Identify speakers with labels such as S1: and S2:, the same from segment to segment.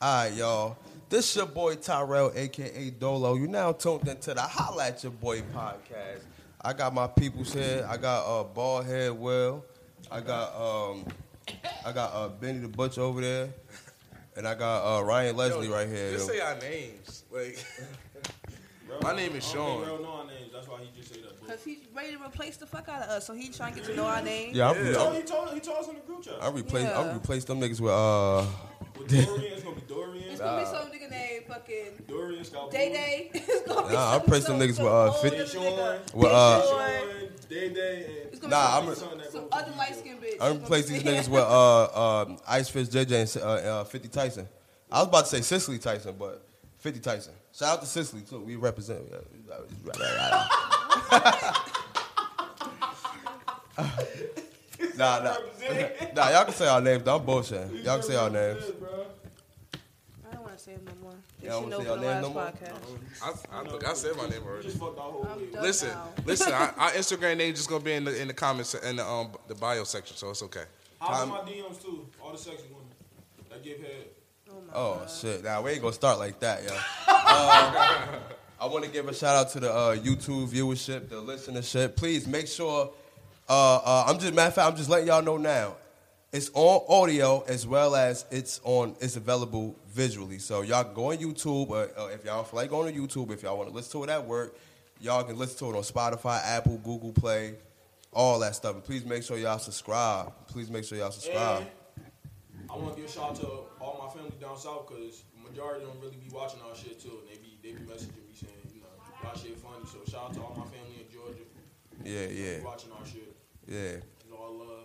S1: All right, y'all. This your boy Tyrell, aka Dolo. You now tuned into the Holla at Your Boy podcast. I got my peoples here. I got uh, Bald Head Will. I got um, I got uh, Benny the Butch over there, and I got uh, Ryan Leslie right here.
S2: Just say our names. Like my name is Sean.
S3: That's why he just said that.
S4: Cause he's ready to replace the fuck out of us, so he trying to get to know our name.
S1: Yeah,
S2: Yeah.
S1: I'm,
S3: Oh,
S1: I'm,
S3: he told he told us in the group chat.
S1: I replaced
S4: Yeah.
S1: I'm replaced them niggas with uh
S3: With Dorian, it's gonna be Dorian.
S4: It's gonna be some nigga named fucking
S3: Dorian Scott.
S4: Day Day. It's gonna be
S1: Nah, I
S4: some-
S1: praise them niggas
S4: some-
S1: with,
S4: some
S1: uh,
S4: old
S1: 50
S4: nigga.
S3: Sean.
S1: with
S4: Big
S1: uh
S4: Sean.
S3: Day Day. And
S4: It's gonna be
S1: Nah,
S4: some-
S1: I'm-
S3: Son that
S4: some
S3: goes to
S4: other
S3: you.
S4: light skinned bitch.
S1: I replaced these niggas with uh um Ice Fish JJ and uh, uh, Fifty Tyson. I was about to say Cicely Tyson, but Fifty Tyson. Shout out to Cicely too. We represent. nah, nah, nah. Y'all can say our names. though. I'm bullshitting. Y'all can say our names.
S4: I don't want to say him no more. They
S1: Y'all
S4: should
S1: wanna
S4: know
S1: say
S4: from the
S1: y'all name
S4: last
S1: no more?
S4: podcast.
S2: I, I think I said my name
S3: You
S2: already.
S3: just fucked our whole
S4: I'm
S3: week.
S4: done
S2: Listen,
S4: now.
S2: listen. Our, our Instagram name just gonna be in the in the comments in the um the bio section, so it's okay.
S3: All my DMs too. All the sexy women that give head.
S4: Oh, my
S1: Oh
S4: God.
S1: shit! Now we ain't gonna start like that, yo. Uh, I want to give a shout out to the uh, YouTube viewership, the listenership. Please make sure. Uh, uh, I'm just matter of fact, I'm just letting y'all know now. It's on audio as well as it's on. It's available visually, so y'all can go on YouTube. Or, uh, if y'all feel like going to YouTube, if y'all want to listen to it at work, y'all can listen to it on Spotify, Apple, Google Play, all that stuff. And please make sure y'all subscribe. Please make sure y'all subscribe.
S3: And I want to give a shout out to all my family down south because majority don't really be watching our shit too. And they be they be messaging me saying you know y'all shit funny. So shout out to all my family in Georgia
S1: Yeah, yeah,
S3: be watching our shit
S1: yeah.
S3: and all love.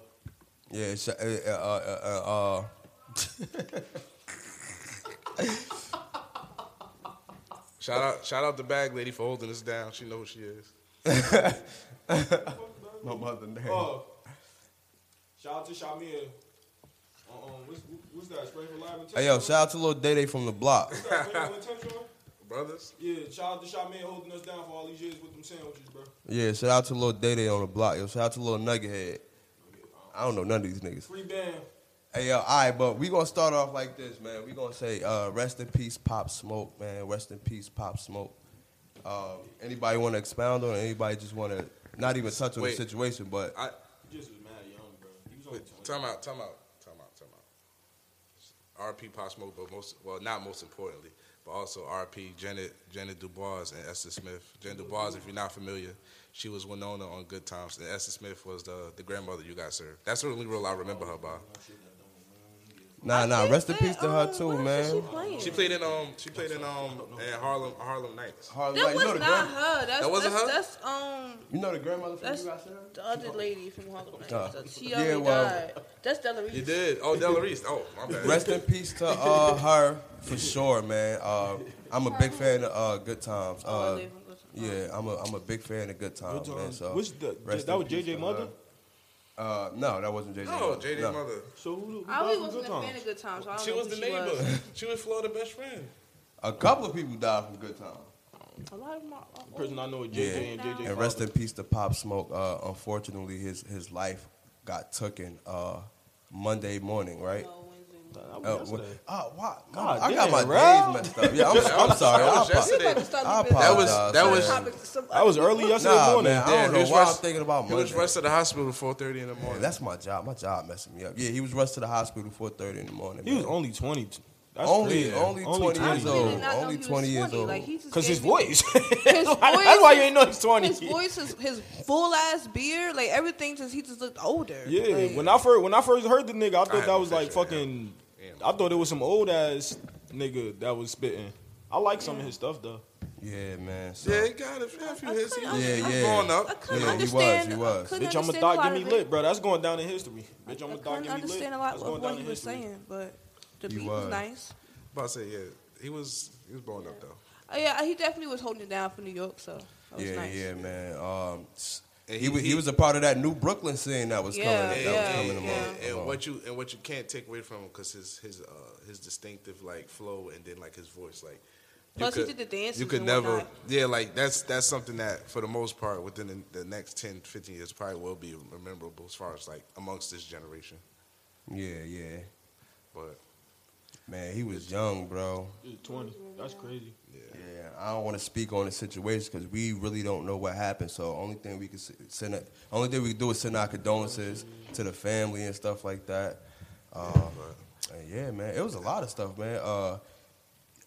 S1: Yeah, sh- uh, uh, uh, uh,
S2: Shout out shout out the bag lady for holding us down. She knows who she is.
S1: uh. my mother name.
S3: Oh, shout out to Shamir. Uh, um, what's, what's that? Spray for live
S1: Hey, yo, shout out to little Day Day from the block.
S2: Brothers,
S3: Yeah, shout out to Shamir holding us down for all these years with them sandwiches, bro.
S1: Yeah, shout out to little Day Day on the block. Yo, shout out to little Nuggethead. I don't know none of these niggas.
S3: Free band.
S1: Hey, yo, all right, but we gonna start off like this, man. We gonna say, uh, rest in peace, Pop Smoke, man. Rest in peace, Pop Smoke. Um, anybody want to expound on it? Anybody just want to not even touch on the
S2: Wait.
S1: situation, but
S2: I
S3: He just was mad young, bro. He was only
S2: wait,
S3: 20.
S2: time out, time out, time out, time out. RP Pop Smoke, but most well not most importantly, but also RP Janet Janet Dubois and Esther Smith. Janet Dubois, if you're not familiar, she was Winona on Good Times, and Esther Smith was the the grandmother you got served. That's the only role I remember her by.
S1: nah, nah.
S4: Think
S1: Rest in
S4: that,
S1: peace to her
S4: um,
S1: too,
S4: what
S1: man.
S4: else is She playing?
S2: She played in um she played in um in Harlem Harlem Nights.
S1: Hard-
S4: that
S1: like, you know
S4: was
S1: the
S4: not
S1: grand-
S4: her. That's,
S2: That wasn't
S4: that's, her. That's um
S1: You know the grandmother from
S4: That's-
S1: you got served?
S4: the other lady from Harlem Nights.
S1: Uh,
S4: she
S1: yeah,
S4: already
S1: well-
S4: died. That's Della
S2: You
S4: Reese.
S2: did? Oh, Della Reese. Oh, my bad.
S1: Rest in peace to uh, her for sure, man. Uh, I'm a big fan of uh, Good Times.
S4: Oh, I
S1: Uh,
S4: live in Brooklyn.
S1: yeah, I'm a I'm a big fan of Good Times, man. So
S3: Which the-
S1: rest
S3: that
S1: in
S3: was
S1: peace
S3: JJ
S1: to
S3: mother?
S1: her. Uh, no, that wasn't JJ.
S2: no,
S1: mother.
S2: JD's
S1: No.
S2: Oh, mother.
S3: So who, who
S4: I
S3: died
S4: always
S3: from
S4: wasn't
S3: Good
S4: a fan
S3: Times?
S4: of Good Times, so I don't
S2: She
S4: know
S2: was
S4: who
S2: the
S4: she
S2: neighbor.
S4: was.
S2: She was Florida best friend.
S1: A couple of people died from Good Times.
S4: A lot of them are- are
S3: The person I know is JJ and
S4: Yeah.
S3: JJ.
S1: And rest in peace to Pop Smoke. Uh, unfortunately, his his life got taken uh, Monday morning, right?
S4: No, Wednesday morning.
S3: father.
S1: Uh,
S3: That was
S1: wh-
S3: yesterday.
S1: oh, wow.
S3: Oh, God
S1: I got
S3: damn,
S1: my
S3: bro.
S1: days messed up. Yeah, I'm, I'm sorry.
S2: That
S1: I
S2: was
S1: apo-
S2: yesterday.
S4: We about to start
S1: I
S4: leaving.
S2: That was-
S1: apologize,
S2: that
S1: man.
S2: was-
S4: Topics to some-
S3: That was early yesterday
S1: Nah,
S3: morning.
S1: man, I
S2: Yeah,
S1: don't
S2: he
S1: know
S2: was
S1: why I'm
S2: rushed-
S1: thinking about
S2: He was
S1: Monday.
S2: rushed to the hospital four thirty in the
S1: Oh, Yeah,
S2: morning.
S1: that's my job. My job messing me up. Yeah, he was rushed to the hospital 4:30 in the morning.
S3: He was
S1: man.
S3: only 20. That's
S1: only
S3: crazy.
S1: only 20
S4: I
S1: years
S4: really
S1: old.
S4: did not know
S1: Only
S4: he was
S1: 20 years
S4: 20.
S1: old.
S4: Like, he just
S3: Cause his
S4: gave me-
S3: voice.
S4: His
S3: That's
S4: voice
S3: why you
S4: is-
S3: ain't know he's 20.
S4: His voice, his, his full ass beard, like everything, just he just looked older.
S3: Yeah,
S4: Like,
S3: when I first when I first heard the nigga, I
S2: had
S3: thought
S2: no
S3: that was like
S2: picture,
S3: fucking.
S2: yeah. Yeah.
S3: I thought it was some old ass nigga that was spitting. I like some of his stuff though.
S1: Yeah, man. So.
S2: yeah, he got it. Nephew, his, he,
S4: Yeah,
S2: he's
S1: yeah.
S2: growing
S4: I
S2: up.
S4: couldn't
S1: Yeah, he was, he
S4: understand.
S1: was.
S4: I couldn't
S3: Bitch, I'm a
S4: understand a
S3: thought.
S4: lot
S3: Give me
S4: of
S3: lit,
S4: it.
S3: bro. That's going down in history. Bitch, I'm
S4: I
S3: a thought.
S4: couldn't
S3: Give me lit.
S4: understand a lot
S3: That's going
S4: of
S3: down
S4: what
S3: in
S4: he was
S3: history.
S4: saying, but the
S1: He
S4: beat
S1: was.
S4: was nice.
S2: About to say, yeah, he was he was growing up though.
S4: Oh, yeah, he definitely was holding it down for New York, so that was
S1: Yeah,
S4: nice.
S1: yeah, man. Um, s-
S2: And
S1: he,
S2: he-
S1: was he
S2: he-
S1: was a part of that new Brooklyn scene that was
S4: Yeah,
S1: coming. that
S4: yeah,
S1: was coming
S4: yeah.
S1: along.
S2: And,
S1: along.
S2: what you and what you can't take away from him because his his uh, his distinctive like flow and then like his voice like. you
S4: Plus, he did the dances
S2: You could
S4: and
S2: never,
S4: whatnot.
S2: yeah, like that's that's something that for the most part within the, the next 10, 15 years probably will be memorable as far as like amongst this generation.
S1: yeah, yeah.
S2: But
S1: Man, he was young, bro.
S5: Twenty. That's crazy.
S1: Yeah, I don't want to speak on the situation because we really don't know what happened. So only thing we can s- send, a- only thing we can do is send our condolences to the family and stuff like that. Uh, and yeah, man, it was a lot of stuff, man. Uh, uh,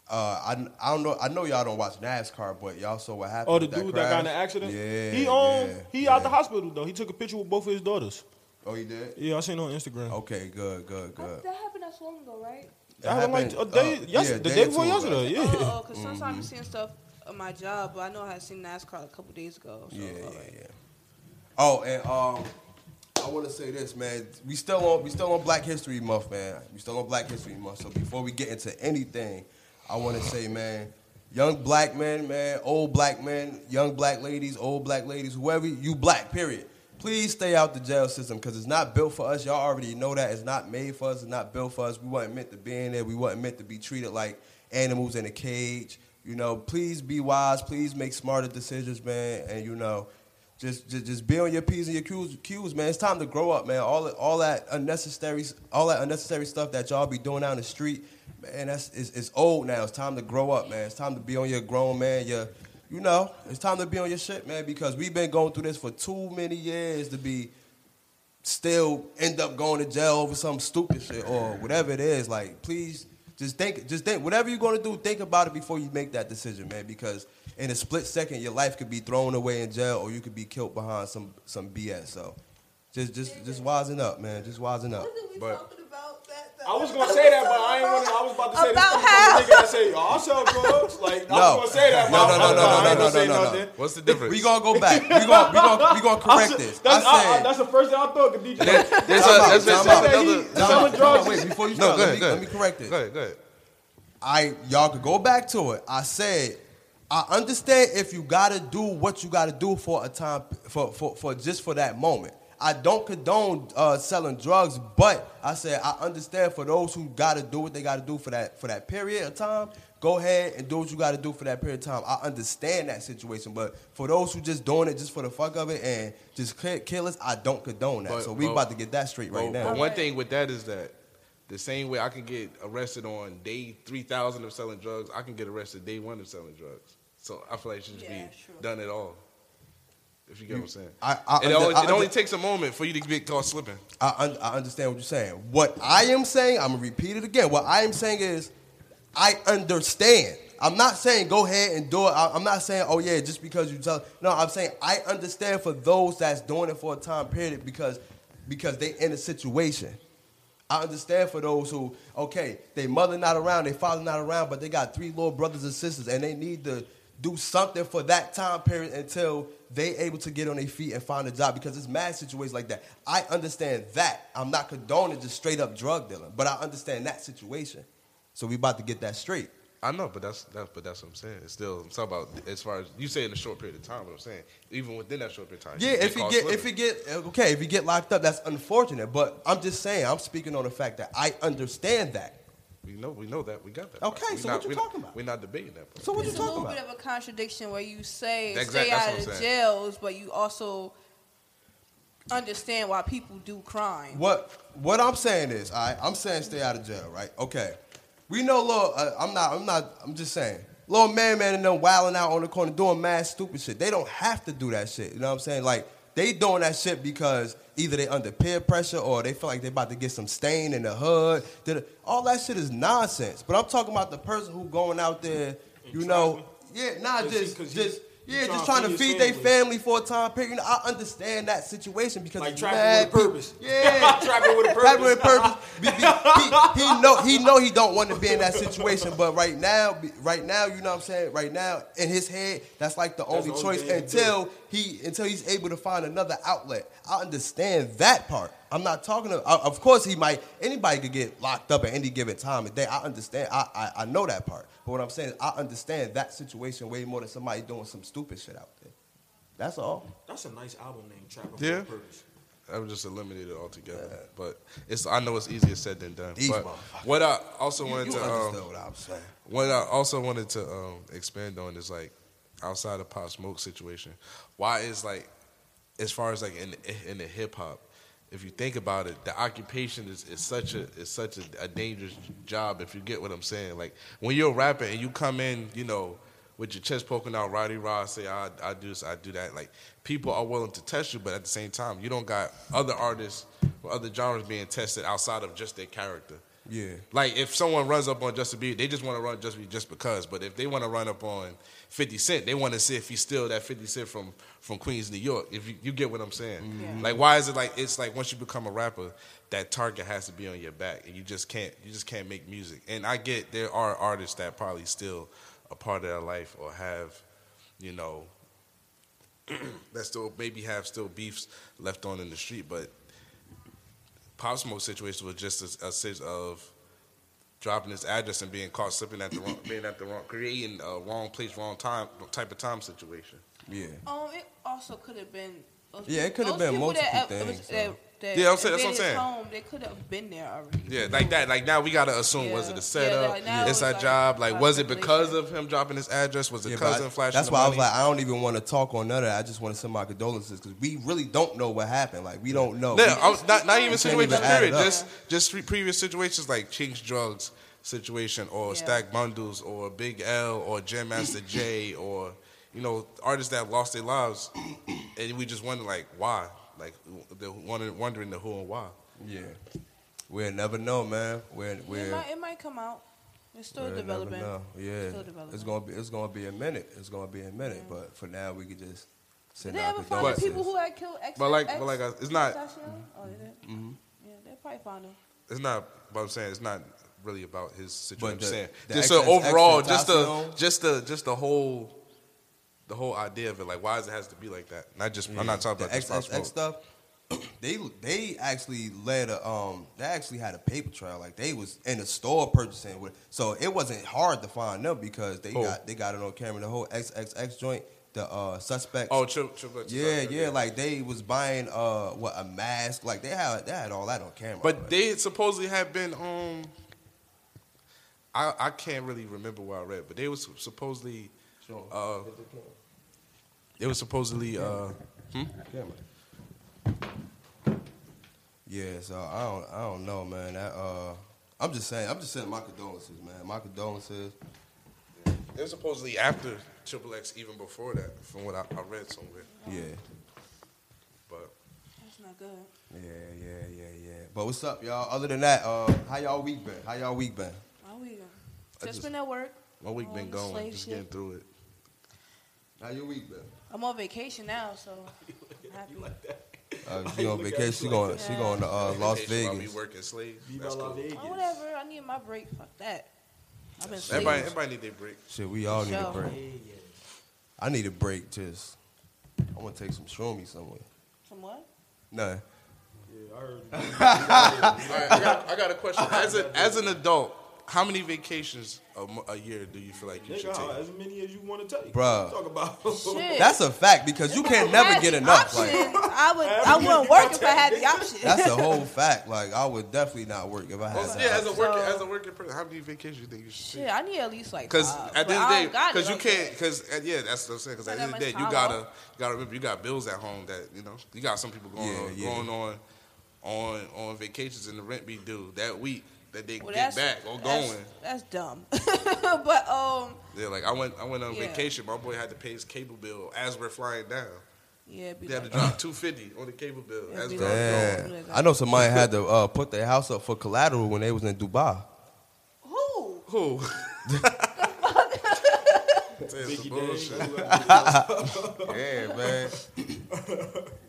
S1: I, I don't know. I know y'all don't watch NASCAR, but y'all saw what happened.
S3: Oh, the
S1: with that
S3: dude that got in the
S1: crash?
S3: accident.
S1: Yeah,
S3: he um,
S1: yeah,
S3: he
S1: yeah.
S3: out the hospital though. He took a picture with both of his daughters.
S1: Oh, you did?
S3: Yeah, I seen it on Instagram.
S1: Okay, good, good, good.
S6: That happened not so long ago, right?
S3: that happened like a day,
S1: uh,
S3: yes,
S1: yeah,
S3: the
S1: day
S3: day
S1: or
S3: before
S1: two ago.
S3: yesterday. Yeah.
S4: Oh, because sometimes I'm seeing stuff on my job, but I know I had seen NASCAR a couple days ago. So, uh.
S1: Yeah, yeah,
S4: all right.
S1: yeah. Oh, and um, I want to say this, man. We still on we still on Black History Month, man. We still on Black History Month. So before we get into anything, I want to say, man, young black men, man, old black men, young black ladies, old black ladies, whoever you black, period. Please stay out the jail system because it's not built for us. Y'all already know that it's not made for us. It's not built for us. We wasn't meant to be in there. We wasn't meant to be treated like animals in a cage. You know, please be wise. Please make smarter decisions, man. And you know, just, just just be on your p's and your q's, q's, man. It's time to grow up, man. All all that unnecessary all that unnecessary stuff that y'all be doing out in the street, man. That's it's, it's old now. It's time to grow up, man. It's time to be on your grown man. Your you know, it's time to be on your shit, man. Because we've been going through this for too many years to be still end up going to jail over some stupid shit or whatever it is. Like, please just think, just think, whatever you're gonna do, think about it before you make that decision, man. Because in a split second, your life could be thrown away in jail or you could be killed behind some some BS. So, just just just wising up, man. Just wising up.
S4: Wasn't we
S2: But-
S4: talking about that? the
S3: I was
S4: other-
S3: gonna say that, but I ain't wanna. I was about to say
S4: About
S3: this.
S4: how?
S3: Nigga, I say y'all sell drugs. Like I was
S1: No.
S3: gonna say that, but
S1: No,
S3: I,
S1: no,
S3: I,
S1: no,
S3: I,
S1: no,
S3: ain't
S1: no,
S3: gonna say
S1: no, no, no.
S3: nothing.
S2: What's the difference?
S1: We gonna go back. We gonna we gonna we gonna
S3: I
S1: correct
S3: said-
S1: this.
S3: That's,
S1: I
S3: I- I-
S1: said.
S3: that's the first thing I thought. Cause DJ,
S2: There's- there's
S1: Time
S2: a-
S1: out,
S2: there's a-
S1: time out.
S2: there's another-
S3: Time out.
S1: Hold on, wait, before you start,
S2: No, go
S1: let
S2: ahead,
S1: me,
S2: go
S1: let me
S2: ahead.
S1: correct this.
S2: Go ahead, go ahead.
S1: I y'all could go back to it. I said I understand if you gotta do what you gotta do for a time for for, for just for that moment. I don't condone uh, selling drugs, but I said I understand for those who gotta do what they gotta do for that for that period of time. Go ahead and do what you gotta do for that period of time. I understand that situation, but for those who just doing it just for the fuck of it and just kill- killers, I don't condone that.
S2: But-
S1: so we
S2: but-
S1: about to get that straight right
S2: but,
S1: now.
S2: but one thing with that is that the same way I can get arrested on day three thousand of selling drugs, I can get arrested day one of selling drugs. So I feel like it should just
S4: Yeah,
S2: be
S4: true.
S2: done at all. If you get what I'm saying.
S1: I- I
S2: it only,
S1: under- I
S2: it only
S1: under-
S2: takes a moment for you to get caught slipping.
S1: I, un- I understand what you're saying. What I am saying, I'm gonna repeat it again. What I am saying is, I understand. I'm not saying go ahead and do it. I, am not saying, oh yeah, just because you tell. No, I'm saying I understand for those that's doing it for a time period because because they in a situation. I understand for those who, okay, they mother not around, they father not around, but they got three little brothers and sisters, and they need to do something for that time period until they able to get on their feet and find a job because it's mad situations like that. I understand that. I'm not condoning just straight up drug dealing, but I understand that situation. So we about to get that straight.
S2: I know, but that's that, but that's what I'm saying. It's still I'm talking about as far as you say in a short period of time. What I'm saying, even within that short period of time. you
S1: Yeah,
S2: can
S1: if you
S2: caught
S1: get
S2: slipping.
S1: if you get okay, if you get locked up, that's unfortunate. But I'm just saying, I'm speaking on the fact that I understand that.
S2: we know we know that we got that.
S1: Okay,
S2: part. We
S1: so what you
S2: we
S1: talking about?
S2: We're not debating that. Part.
S1: So what
S4: It's
S1: you
S4: a
S1: talking
S4: little
S1: about?
S4: bit of a contradiction where you say
S2: Exact-
S4: stay
S2: that's
S4: out
S2: what I'm
S4: of
S2: saying.
S4: jails, but you also understand why people do crime.
S1: What what I'm saying is, I I'm saying stay out of jail, right? Okay, we know little. Uh, I'm not. I'm not. I'm just saying. Little man, man, and them wilding out on the corner doing mad stupid shit. They don't have to do that shit. You know what I'm saying? Like they doing that shit because either they under peer pressure or they feel like they about to get some stain in the hood. Did- All that shit is nonsense. But I'm talking about the person who going out there, you know, yeah, nah,
S3: Cause he-
S1: just
S3: cause he-
S1: just.
S3: he
S1: Yeah,
S3: trying
S1: just
S3: to
S1: trying to
S3: feed his
S1: feed their
S3: family.
S1: family for a time period. You know, I understand that situation because
S3: Like
S1: it's
S3: trapping
S1: mad
S3: with a
S1: peop-
S3: purpose.
S1: Yeah,
S3: Trapping with a purpose.
S1: Trapping with a purpose. Be- be- he, he know he know he don't want to be in that situation, but right now, be- right now, you know what I'm saying. Right now, in his head, that's like the only
S3: the only
S1: choice
S3: thing he can
S1: until he until he's able to find another outlet. I understand that part. I'm not talking. To, o- of course, he might. Anybody could get locked up at any given time of day. I understand. I, I I know that part. But what I'm saying is, I understand that situation way more than somebody doing some stupid shit out there. That's all.
S3: That's a nice album name, Trapping
S2: Yeah.
S3: with a Purpose.
S2: I would just eliminate it altogether. But it's I know it's easier said than done.
S1: Easy,
S2: but
S1: motherfucker.
S2: what I also wanted
S1: You
S2: to um,
S1: understood what I was saying.
S2: What I also wanted to um, expand on is like outside of pop smoke situation. Why is like as far as like in in the hip hop, if you think about it, the occupation is, is such a is such a, a dangerous job. If you get what I'm saying, like when you're a rapper and you come in, you know, with your chest poking out, Roddy Rod say, I, I do this, I do that. Like people are willing to test you, but at the same time, you don't got other artists or other genres being tested outside of just their character.
S1: Yeah.
S2: Like if someone runs up on Justin Bieber, they just want to run Justin Bieber just because. But if they want to run up on Fifty Cent, they want to see if he's still that Fifty Cent from from Queens, New York. If you, you get what I'm saying,
S4: Yeah.
S2: like why is it like it's like once you become a rapper, that target has to be on your back, and you just can't you just can't make music. And I get there are artists that probably still a part of their life or have, you know, that still maybe have still beefs left on in the street, but Pop Smoke situation was just a, a sense of dropping his address and being caught slipping at the wrong, being at the wrong, creating a wrong place, wrong time type of time situation.
S1: Yeah.
S4: Um, it also could have been. those
S1: Yeah, it could have
S4: those
S1: been
S4: people that,
S1: multiple
S4: uh,
S1: things,
S4: that- that
S2: Yeah, I'm saying- that's what I'm
S4: invaded
S2: saying.
S4: Home, they could have been there already.
S2: Yeah, like that. Like now we gotta assume was it
S4: Yeah. Yeah,
S2: a setup?
S4: like, now
S2: it's
S4: it's
S2: our
S4: like-
S2: job. Like was it because
S4: Calculation.
S2: of him dropping his address? Was it
S1: Yeah, but
S2: cousin
S1: I-
S2: flashing?
S1: that's
S2: the
S1: why I was
S2: money?
S1: like, I don't even want to talk on none of that. I just want to send my condolences because we really don't know what happened. Like we don't know.
S2: No,
S1: oh, We-
S2: I was not not even
S4: You can't
S2: situations.
S1: even add
S2: Period.
S1: it up.
S2: Just just pre- previous situations like Chink's drugs situation, or
S4: Yeah.
S2: Stack Bundles, or Big L, or Jam Master J, or you know artists that lost their lives, and we just wonder like why, like the wondering, wondering the who and why.
S1: yeah. We'll never know, man. We're
S4: It
S1: we're
S4: might, it might come out. It's still
S1: we'll never
S4: developing.
S1: know. Yeah.
S4: Still developing.
S1: It's gonna be it's gonna be a minute. It's gonna be a minute. But for now, we could just
S4: Did
S1: send
S4: they
S1: our
S4: ever find the
S1: condolences.
S4: people who had killed ex?
S2: But like-
S4: ex-
S2: but like I- it's not- Mm-hmm.
S4: Stasio? Oh, they did. Yeah, they probably found him.
S2: It's not. But I'm saying it's not really about his situation.
S1: But the-
S2: I'm saying
S1: the
S2: just the
S1: ex- ex-
S2: overall, just the
S1: Tentacion?
S2: just the just the whole. The whole idea of it, like, why does it has to be like that? Not just, I'm not talking
S1: the
S2: about just Pop
S1: XXX
S2: Smoke.
S1: stuff. They they actually led a um they actually had a paper trail like they was in the store purchasing with so it wasn't hard to find them because they
S2: Who?
S1: got they got it on camera the whole XXX joint the uh suspects
S2: Oh, Triple, triple X,
S1: yeah
S2: sorry,
S1: yeah like they was buying uh what a mask like they had they had all that on camera
S2: But they supposedly had been um I, I can't really remember where I read, but they was supposedly
S1: Sure.
S2: uh they was supposedly uh
S1: camera. Yeah, so I don't I don't know, man. That, uh, I'm just saying I'm just sending my condolences, man. My condolences.
S2: they was supposedly after Triple X even before that, from what I, I read somewhere.
S1: Yeah.
S2: But
S4: That's not good.
S1: Yeah, yeah, yeah, yeah. But what's up, y'all? Other than that, uh, how y'all week been? How y'all week been?
S4: Why we gonna-
S2: I
S4: Just
S2: just-
S4: been at work.
S2: my week been
S4: Um,
S2: going,
S4: slave
S2: just
S4: ship.
S2: getting through it.
S1: How your week been?
S4: I'm on vacation now, so I'm happy.
S1: Uh, she on vacation. She going. She going to uh, Las
S2: Vacation while
S1: Vegas.
S2: We working slaves.
S3: Viva
S2: That's
S3: la
S2: cool.
S3: Vegas.
S4: Oh, whatever. I need my break. Fuck that. I've been sleeping.
S2: Everybody, everybody need their break.
S1: Shit, we all need a
S4: Sure.
S1: break. I need a break. Just, I want to take some shroomy somewhere.
S4: From what?
S1: Nah.
S3: Yeah, I heard you.
S2: All right, I, got, I got a question. As an as an adult, how many vacations a, mo- a year do you feel like you should
S3: Nigga, how-
S2: take?
S3: as many as you want to take.
S1: Bruh.
S3: Talk about.
S4: Shit.
S1: That's a fact because you can never
S4: Had
S1: get
S4: the
S1: enough. Like
S4: Options, I would. I
S3: Every
S4: wouldn't
S3: year you
S4: work if I had the option.
S1: that's a whole fact. Like I would definitely not work if I had.
S2: Well,
S1: that.
S2: yeah, as a working
S4: So-
S2: as a working person, how many vacations do you think you should take?
S4: Shit, I need at least like.
S2: Because
S4: five,
S2: at the
S4: but
S2: end of
S4: I
S2: the day,
S4: don't got it
S2: because you
S4: like
S2: can't, because yeah, that's what I'm saying. Because
S4: Not
S2: at the end
S4: that
S2: of the
S4: much
S2: day, you
S4: time
S2: gotta you
S4: off.
S2: gotta remember you got bills at home that you know you got some people going
S1: Yeah,
S2: on,
S1: yeah.
S2: going on on on vacations and the rent be due that week that they
S4: Well,
S2: get
S4: that's-
S2: back or
S4: that's-
S2: going.
S4: That's dumb. but um,
S2: Yeah, like I went I went on
S4: Yeah.
S2: vacation. My boy had to pay his cable bill as we're flying down.
S4: yeah. it'd Be
S2: He had to
S4: like-
S2: drop two fifty on the cable bill
S4: It'd
S2: as
S4: be
S2: we're
S4: like-
S2: going.
S1: Yeah.
S4: Damn.
S1: I know somebody had to uh, put their house up for collateral when they was in Dubai.
S4: Who?
S2: Who? That's some
S3: Biggie
S2: bullshit.
S3: Dang,
S1: Yeah, man.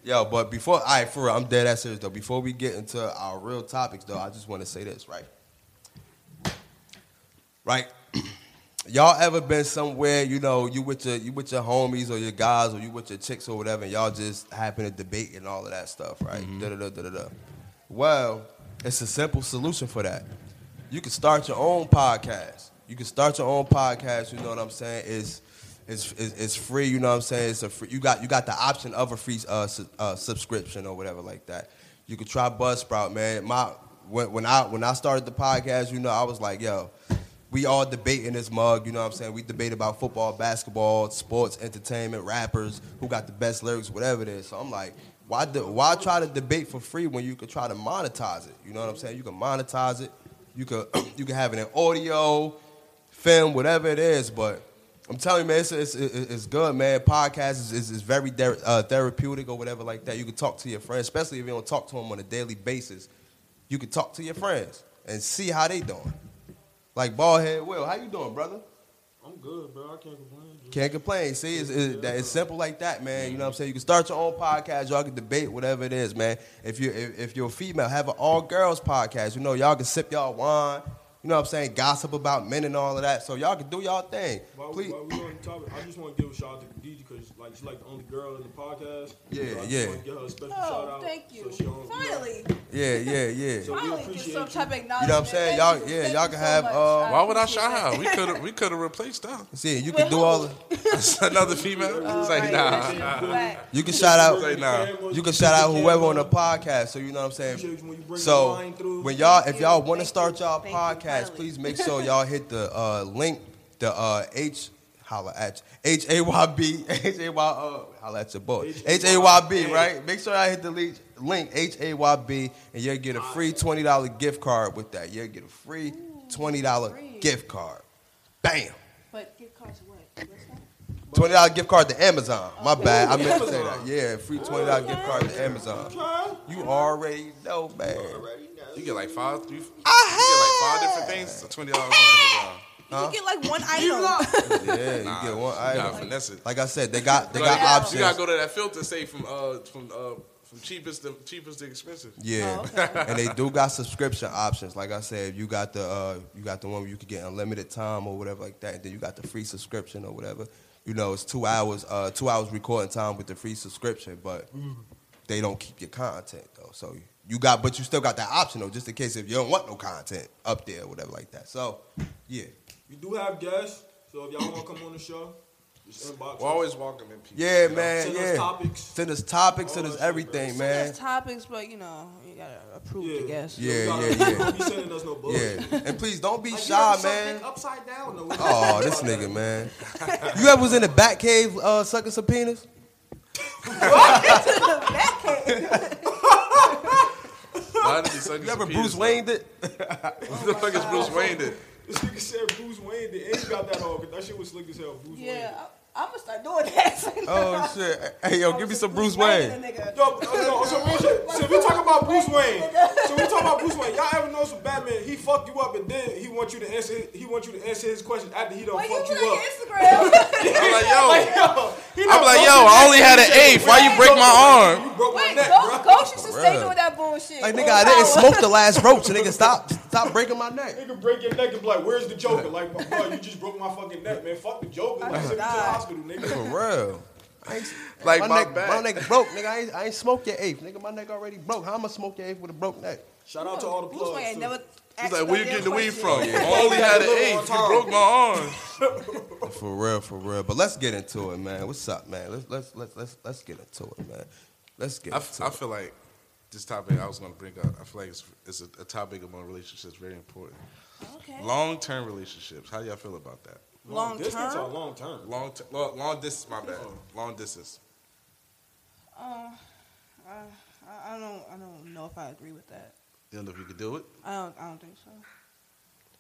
S1: Yo, but before, all right, for real, I'm dead ass serious though. Before we get into our real topics though, I just want to say this, right? Right. y'all ever been somewhere, you know, you with your you with your homies or your guys or you with your chicks or whatever, and y'all just happen to debate and all of that stuff, right? Da da da da da. Well, it's a simple solution for that. You can start your own podcast. You can start your own podcast. You know what I'm saying? It's it's it's, it's free. You know what I'm saying? It's a free. You got you got the option of a free uh, su- uh, subscription or whatever like that. You could try Buzzsprout, man. My when, when I when I started the podcast, you know, I was like, yo, we all debate in this mug, you know what I'm saying? We debate about football, basketball, sports, entertainment, rappers, who got the best lyrics, whatever it is. So I'm like, Why de- why try to debate for free when you could try to monetize it? You know what I'm saying? You can monetize it. You could you can have it in audio, film, whatever it is. But I'm telling you, man, it's it's, it's it's good, man. Podcast is is, is very ther- uh, therapeutic or whatever like that. You can talk to your friends, especially if you don't talk to them on a daily basis. You can talk to your friends and see how they doing. Like ballhead Will, how you doing, brother?
S3: I'm good, bro. I can't complain. Just
S1: Can't complain. See, it's, it's, that- it's simple like that, man. You know what I'm saying? You can start your own podcast. Y'all can debate whatever it is, man. If you if, if you're a female, have an all girls podcast. You know, y'all can sip y'all wine. You know what I'm saying? Gossip about men and all of that. So y'all can do y'all thing.
S3: While, we
S1: Please.
S3: while we on the topic, I just want to give a shout out to Khadija because like she's like the only girl in the podcast.
S1: Yeah,
S3: so I
S1: yeah.
S3: Just want to give her a special shout
S4: Oh,
S3: out.
S4: thank you.
S3: So she don't,
S4: Finally,
S1: Yeah, yeah, yeah.
S3: So we
S4: finally get
S3: appreciate
S4: some
S3: you.
S4: type of acknowledgement.
S1: You know what I'm saying?
S4: Thank
S1: Y'all-
S4: you.
S1: yeah,
S4: Thank
S1: y'all
S4: you
S1: can
S4: so
S1: have,
S4: much.
S1: uh,
S2: Why would I
S4: appreciate
S2: shout her?
S4: that.
S2: We could have we could have replaced her.
S1: See, you
S4: With
S1: can do
S4: who?
S1: all.
S2: That's another female.
S4: All
S1: Oh
S2: It's like
S4: right,
S2: nah.
S4: that's just whack.
S1: You can shout out.
S2: Say nah.
S1: You can shout out whoever on the podcast. So you know what I'm saying.
S3: Appreciate you when you bring the
S1: So
S3: wine through.
S1: when y'all, if
S4: Thank
S1: y'all
S4: you.
S1: want to
S4: Thank
S1: start
S4: you.
S1: y'all
S4: Thank you,
S1: podcast,
S4: finally.
S1: please make sure y'all hit the uh, link, the uh, H holla at H A Y B H A Y uh holla at your boy H A Y B right. Make sure y'all hit the link link H A Y B and you'll get a free twenty dollar gift card with that. You'll get a free twenty dollar
S4: free.
S1: gift card. Bam.
S4: But get cards what? What's that?
S1: Twenty dollar gift card to Amazon. My bad, I meant to say that.
S3: Amazon.
S1: Yeah, free twenty dollar gift card to Amazon. You already know, man.
S2: You get like five, three,
S1: I
S2: you get like five different things. Twenty dollars on Amazon.
S1: Huh?
S4: You get like one item.
S1: Yeah, you get one
S2: You gotta
S1: item.
S2: finesse it.
S1: Like I said, they got they got
S4: Yeah.
S2: You
S1: options.
S2: gotta go to that filter, say from uh from uh from cheapest to cheapest to expensive.
S1: Yeah,
S4: Oh, okay.
S1: and they do got subscription options. Like I said, you got the uh, you got the one where you could get unlimited time or whatever like that. And then you got the free subscription or whatever. You know, it's two hours uh, two hours recording time with the free subscription, but
S3: Mm-hmm.
S1: they don't keep your content though. So you got, but you still got that option though, just in case if you don't want no content up there or whatever like that. So yeah,
S3: We do have guests, so if y'all want to come on the show, just inbox.
S2: We're always welcoming people.
S1: yeah,
S2: you know?
S1: man,
S3: Send
S1: yeah.
S3: us topics.
S1: Send us topics. Send
S3: All
S1: us
S3: that shit,
S1: everything, man.
S4: There's topics, but you know, you gotta approve the guest.
S1: Yeah,
S3: Y'all
S1: yeah, yeah.
S3: Don't be sending us no bullshit.
S1: Yeah, and please don't be
S3: Like,
S1: shy,
S3: you know,
S1: man.
S3: something Upside down. though.
S1: Oh, this nigga, man. You ever was in the back cave uh, sucking some penis?
S2: Why did he suck his
S1: You ever
S2: penis,
S1: Bruce
S2: though?
S1: Wayne did?
S2: What the fuck is Bruce Wayne did?
S3: This nigga said Bruce Wayne did, and he got that all. Cause that shit was slick as hell. Bruce
S4: Yeah, I, I'm gonna start doing that.
S1: Oh shit! Hey yo, give me some Bruce Wayne.
S3: Wayne. Yo, no, no, so, we, so we talking about Bruce Wayne. So we talking about Bruce Wayne. Y'all ever notice with Batman? He fucked you up, and then he want you to answer. He want you to answer his question after he done
S4: Why you
S3: fucked
S4: put
S3: you
S4: on
S3: up.
S4: your Instagram?
S2: I'm like, yo,
S3: yo, he done
S2: I'm like,
S3: broke
S2: yo,
S3: your
S2: I
S3: neck.
S2: only had an eighth. Why you break my arm?
S3: You broke my
S4: Wait,
S3: neck,
S4: Ghost,
S3: bro.
S4: Ghost used to stay
S1: Bruh.
S4: doing that bullshit.
S1: Like nigga, I didn't smoke the last roach. Nigga, stop, stop breaking my neck.
S3: Nigga break your neck and be like, "Where's the Joker?" Like, bro, you just broke my fucking neck, man. Fuck the Joker. Like, send me to the
S4: died.
S3: hospital,
S1: For
S3: nigga.
S1: real. I ain't-
S2: Like my
S1: neck,
S2: back.
S1: my neck broke, nigga. I ain't, I ain't smoked your eighth, nigga. My neck already broke. How am I smoke your eighth with a broke neck?
S3: Shout out to all the
S4: Bruce Wayne
S3: plugs.
S4: ain't
S3: too.
S4: never.
S2: He's
S4: asked
S2: like,
S4: no
S2: where you
S4: damn
S2: getting the weed
S4: question.
S2: from? I only had an eighth. You broke my arm.
S1: For real, for real. But let's get into it, man. What's up, man? Let's let's let's let's, let's get into it, man. Let's get
S2: I,
S1: into
S2: f-
S1: it.
S2: I feel like this topic I was going to bring up, I feel like it's, it's a, a topic among relationships very important.
S4: Okay.
S2: Long term relationships. How y'all feel about that?
S4: Long
S3: Distance or
S4: term.
S3: long term?
S2: Long t- long, long distance, my bad. Long distance.
S4: Um, I, I I don't I don't know if I agree with that.
S2: You don't know if you could do it.
S4: I don't I don't think so.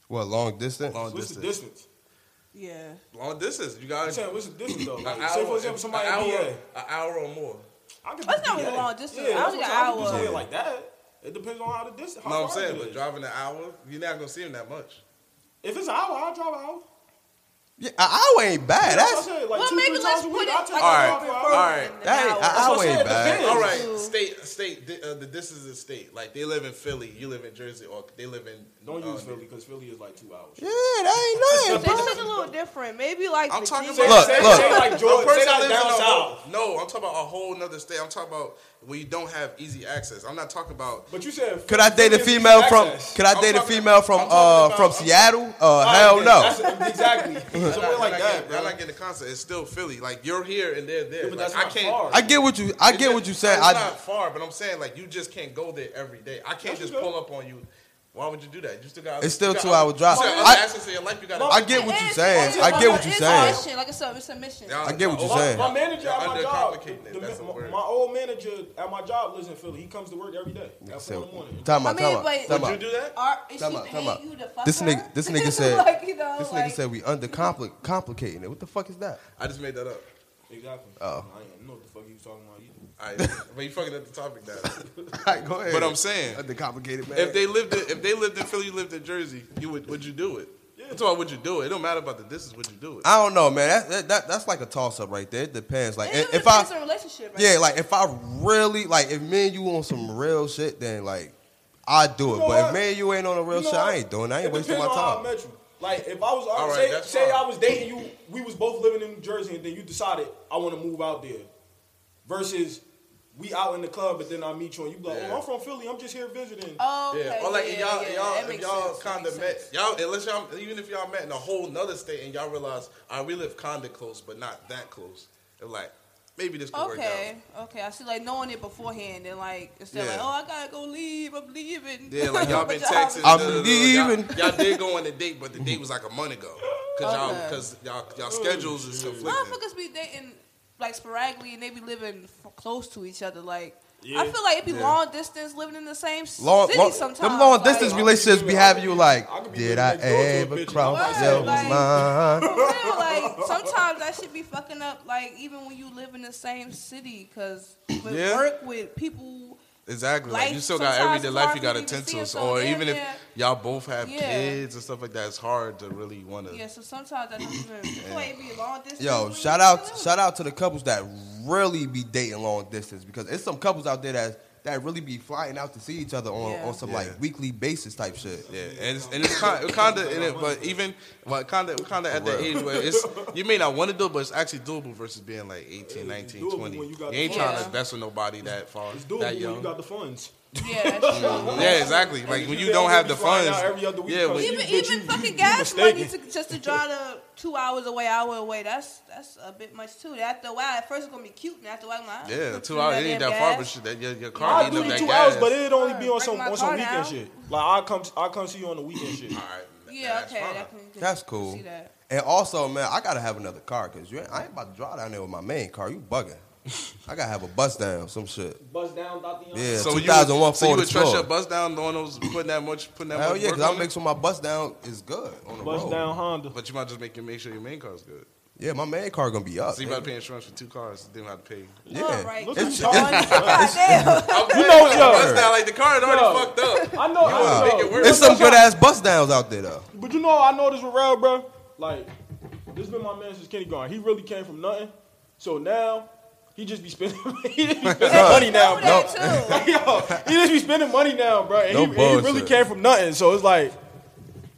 S1: What long distance?
S2: Long
S3: What's
S2: distance.
S3: the distance?
S4: Yeah.
S2: Long distance. You
S3: I'm
S2: got
S3: saying, what's the difference though?
S2: an
S3: Like,
S2: hour.
S3: say for example, somebody
S2: an,
S3: in
S2: hour,
S3: VA.
S2: an hour or more.
S3: I could
S4: That's
S3: do
S4: not really
S3: VA.
S4: long distance.
S3: Yeah,
S4: I
S3: that's
S4: only
S3: what I'm
S4: got
S3: saying. I could do
S4: hour.
S3: something like that. It depends on how the distance. How
S2: No, I'm
S3: far
S2: saying,
S3: it
S2: but
S3: is.
S2: driving an hour, you're not gonna see him that much.
S3: if it's an hour, I'll drive an hour.
S1: Yeah, an hour ain't bad.
S3: That's what I'm
S1: That's
S3: saying. Like
S4: Well,
S3: two,
S4: maybe
S3: three times
S4: let's
S3: a
S4: put
S3: week,
S4: it.
S3: I'll take
S4: like,
S3: an hour
S2: Alright,
S3: for an
S4: further
S3: hour.
S1: That
S2: alright.
S4: than an
S3: what
S1: ain't- I- I
S4: hour.
S3: I'm
S1: ain't
S3: saying,
S1: bad.
S3: depends.
S2: All right,
S4: Ooh.
S2: state, state, the, uh, the distance is state. Like they live in Philly, you live in Jersey, or they live in.
S3: Don't
S2: uh,
S3: use Philly because Philly is like two hours.
S1: yeah, that ain't nothing,
S4: They
S1: bro.
S4: should a little different. Maybe like
S2: I'm talking
S4: Virginia.
S1: about-
S3: say,
S1: Look,
S3: say
S1: look.
S3: like Georgia,
S2: A person
S3: say like
S2: lives in a
S3: down
S2: whole-
S3: south.
S2: No, I'm talking about a whole nother state. I'm talking about when you don't have easy access. I'm not talking about.
S3: But you said
S1: Could I date a
S3: Philly is
S1: female
S3: easy
S1: from?
S3: access.
S1: Could I
S2: I'm
S1: date a
S2: talking-
S1: female from
S2: I'm
S1: uh
S2: talking
S1: from
S2: about-
S1: Seattle? Uh,
S3: Alright,
S1: hell
S3: then,
S1: no.
S3: that's it, exactly. Somewhere like that,
S2: I
S3: bro.
S2: like get the concept. It's still Philly. Like you're here and they're there.
S3: Yeah, but that's
S2: Like, I
S3: not
S2: can't.
S3: far.
S1: I get what you. I
S2: It's
S1: get
S2: just-
S1: what you said.
S2: It's
S1: I
S2: not far, but I'm saying like you just can't go there every day. I can't
S3: That's
S2: just
S3: okay.
S2: pull up on you Why would you do that? You still got.
S1: It's still
S2: you got
S1: two
S2: other-
S1: hour drive.
S2: You still got
S1: I-
S2: other assets in your life. You got.
S1: I get what
S4: It
S1: you're
S4: is-
S1: saying.
S4: it's a-
S1: I get what
S4: it
S1: you're
S4: is
S1: saying.
S4: Mission, like I said, it's a mission.
S1: I get what you're saying.
S3: My manager
S2: You're
S3: at my job,
S2: undercomplicating it.
S3: the-
S2: That's the
S3: my,
S2: word.
S3: my old manager at my job lives in Philly. He comes to work every day at four in the morning.
S1: Time
S4: I
S1: out,
S4: mean,
S1: time out,
S4: but-
S1: time
S2: Would you
S1: out.
S2: do that?
S4: Are, is
S1: Time
S4: she
S1: out,
S4: paying
S1: time out.
S4: you to fuck
S1: This
S4: her?
S1: nigga, this nigga said,
S4: like, you know,
S1: this nigga
S4: like,
S1: said we undercompli- complicating it. What the fuck is that?
S2: I just made that up.
S3: Exactly.
S1: Oh.
S3: I ain't know what the fuck he was talking about either.
S2: All right, but you fucking up the topic now.
S1: go ahead.
S2: But I'm saying,
S1: undercomplicated man.
S2: if they lived, in, if they lived in Philly, you lived in Jersey, you would, would you do it? That's why would you do it? It don't matter about the distance. Would you do it?
S1: I don't know, man. That, that, that that's like a toss up right there. It depends. Like
S4: it
S1: if, if
S4: depends on
S1: I,
S4: the relationship, right?
S1: yeah, like if I really like, if me and you on some real shit, then like I do it.
S3: know
S1: But if
S3: what?
S1: me and you ain't on a real
S3: You know
S1: shit, I
S3: what?
S1: ain't doing. It. I ain't
S3: It
S1: wasting my
S3: depends on how I
S1: time.
S3: met you. Like if I was
S2: All right,
S3: say,
S2: that's
S3: say
S2: fine.
S3: I was dating you, we was both living in New Jersey, and then you decided I want to move out there. Versus we out in the club, but then I meet you and you be like,
S2: Yeah.
S3: oh, I'm from Philly, I'm just here visiting.
S4: Oh, okay,
S2: Or like
S4: yeah,
S2: if y'all,
S4: yeah,
S2: if
S4: that
S2: y'all, if
S4: makes
S2: y'all
S4: sense, that
S2: kinda
S4: makes
S2: met,
S4: sense.
S2: y'all unless y'all, even if y'all met in a whole nother state and y'all realize, I we live kinda close, but not that close. And like, maybe this could
S4: Okay, okay. I see, like knowing it beforehand, and like instead,
S2: Yeah.
S4: like, oh, I gotta go leave. I'm leaving.
S2: work out. Yeah, like y'all been
S4: But
S2: texting.
S1: I'm
S2: da, da, da, da.
S1: leaving.
S2: Y'all, y'all did go on a date, but the date was like a month ago. Cause y'all,
S4: Okay.
S2: cause y'all, y'all schedules is conflicting.
S4: Motherfuckers be dating like sporadically, and they be living f- close to each other. Like,
S3: Yeah.
S4: I feel like it be
S2: Yeah.
S4: long distance living in the same s-
S1: Long,
S4: city
S1: long,
S4: sometimes.
S1: them long
S4: like-
S1: distance
S3: I could
S1: relationships
S3: be
S1: be
S3: with-
S1: having you like,
S3: I could be
S1: did
S3: with
S1: I
S3: next door to a
S1: ever
S3: bitch and
S1: cross
S4: nobody
S1: your
S4: said nothing."
S1: mind?
S4: For real, like sometimes that should be fucking up. Like even when you live in the same city, because with
S2: Yeah.
S4: work with people,
S2: Exactly. Like,
S4: Life-
S2: you still got
S4: sometimes
S2: everyday
S4: it's
S2: life
S4: hard
S2: you got
S4: for
S2: to
S4: you to
S2: tend
S4: see
S2: to,
S4: it,
S2: or
S4: so
S2: even if
S4: yeah.
S2: y'all both have
S4: Yeah.
S2: kids and stuff like that, it's hard to really want to.
S4: yeah. So sometimes that don't even. That's why it be long distance.
S1: Yo,
S4: when
S1: shout
S4: you
S1: out,
S4: live.
S1: shout out to the couples that really be dating long distance because there's some couples out there that that really be flying out to see each other on
S4: Yeah.
S1: on some
S2: Yeah.
S1: like weekly basis type shit.
S2: Yeah, and it's, and it's kind, it kind of, in it, but even, but kind of, kind of at that age where it's, you may not want to do it, but it's actually doable versus being like 18, 19,
S3: doable
S2: 20.
S3: when you
S2: You
S3: got
S2: ain't
S4: the
S2: trying to
S4: funds.
S2: invest with nobody that far,
S3: it's doable
S2: that
S3: when you
S2: young.
S3: got the funds.
S4: Yeah, that's true.
S2: Yeah, exactly. Like
S3: you
S2: when you
S3: feel
S2: don't
S3: like
S2: have
S3: you
S2: the
S3: flying
S2: funds.
S3: out every other week
S2: yeah,
S3: because
S2: when
S3: you
S2: you,
S4: Even
S3: bitch,
S4: even
S3: you-
S4: fucking
S3: you
S4: gas money to,
S3: mistaken.
S4: just to drive to two hours away, hour away. That's that's a bit much too. After a while, at first it's gonna be cute, and after a while, I'm like,
S2: yeah,
S4: you
S2: two hours. It
S4: goddamn
S2: ain't that far,
S4: gas.
S2: but shit, that your, your car
S3: I
S2: eating
S3: do
S2: up
S3: the
S2: that
S3: two
S2: gas.
S3: hours, but it'd only be on
S4: Break
S3: some
S4: my
S3: on some
S4: car
S3: weekend
S4: down.
S3: shit. Like I will come, I will come see you on the weekend shit.
S2: All right,
S4: Yeah,
S2: that's
S4: okay,
S2: fine.
S4: that can, can
S1: That's cool.
S4: See that.
S1: And also, man, I gotta have another car because I ain't about to drive down there with my main car. You bugging? I gotta have a bus down, some shit.
S3: Bust down, Dr. Young.
S1: Yeah,
S2: So you, would-
S1: 2001
S2: so you
S1: Ford
S2: would trust your
S1: Explorer.
S2: bus down on those, putting that much, putting that
S1: Hell
S2: much
S1: yeah,
S2: work
S1: because I
S2: on it?
S1: make sure my bus down is good on the
S3: Bust
S1: road.
S3: down Honda.
S2: But you might just make make sure your main car is good.
S1: Yeah, my main car gonna be up.
S2: So you about to
S1: nigga.
S2: pay insurance for two cars. Then have to pay.
S1: Yeah,
S4: All right.
S3: Look
S1: It's-
S3: at you talking.
S4: Goddamn.
S3: You know, yo.
S2: That's not like the car is already
S3: Yo.
S2: fucked up.
S3: I know,
S2: wanna
S3: I know.
S2: make it work.
S1: it's some good ass bus downs out there though.
S3: But you know, I know this with Rel, bro. Like, this been my man since kindergarten. He really came from nothing. So now, he just be spending, he just be spending money now,
S4: Over
S3: bro.
S4: there, too.
S3: Yo, he just be spending money now, bro. And,
S1: No
S3: he, and he really
S1: bullshit.
S3: came from nothing. So it's like,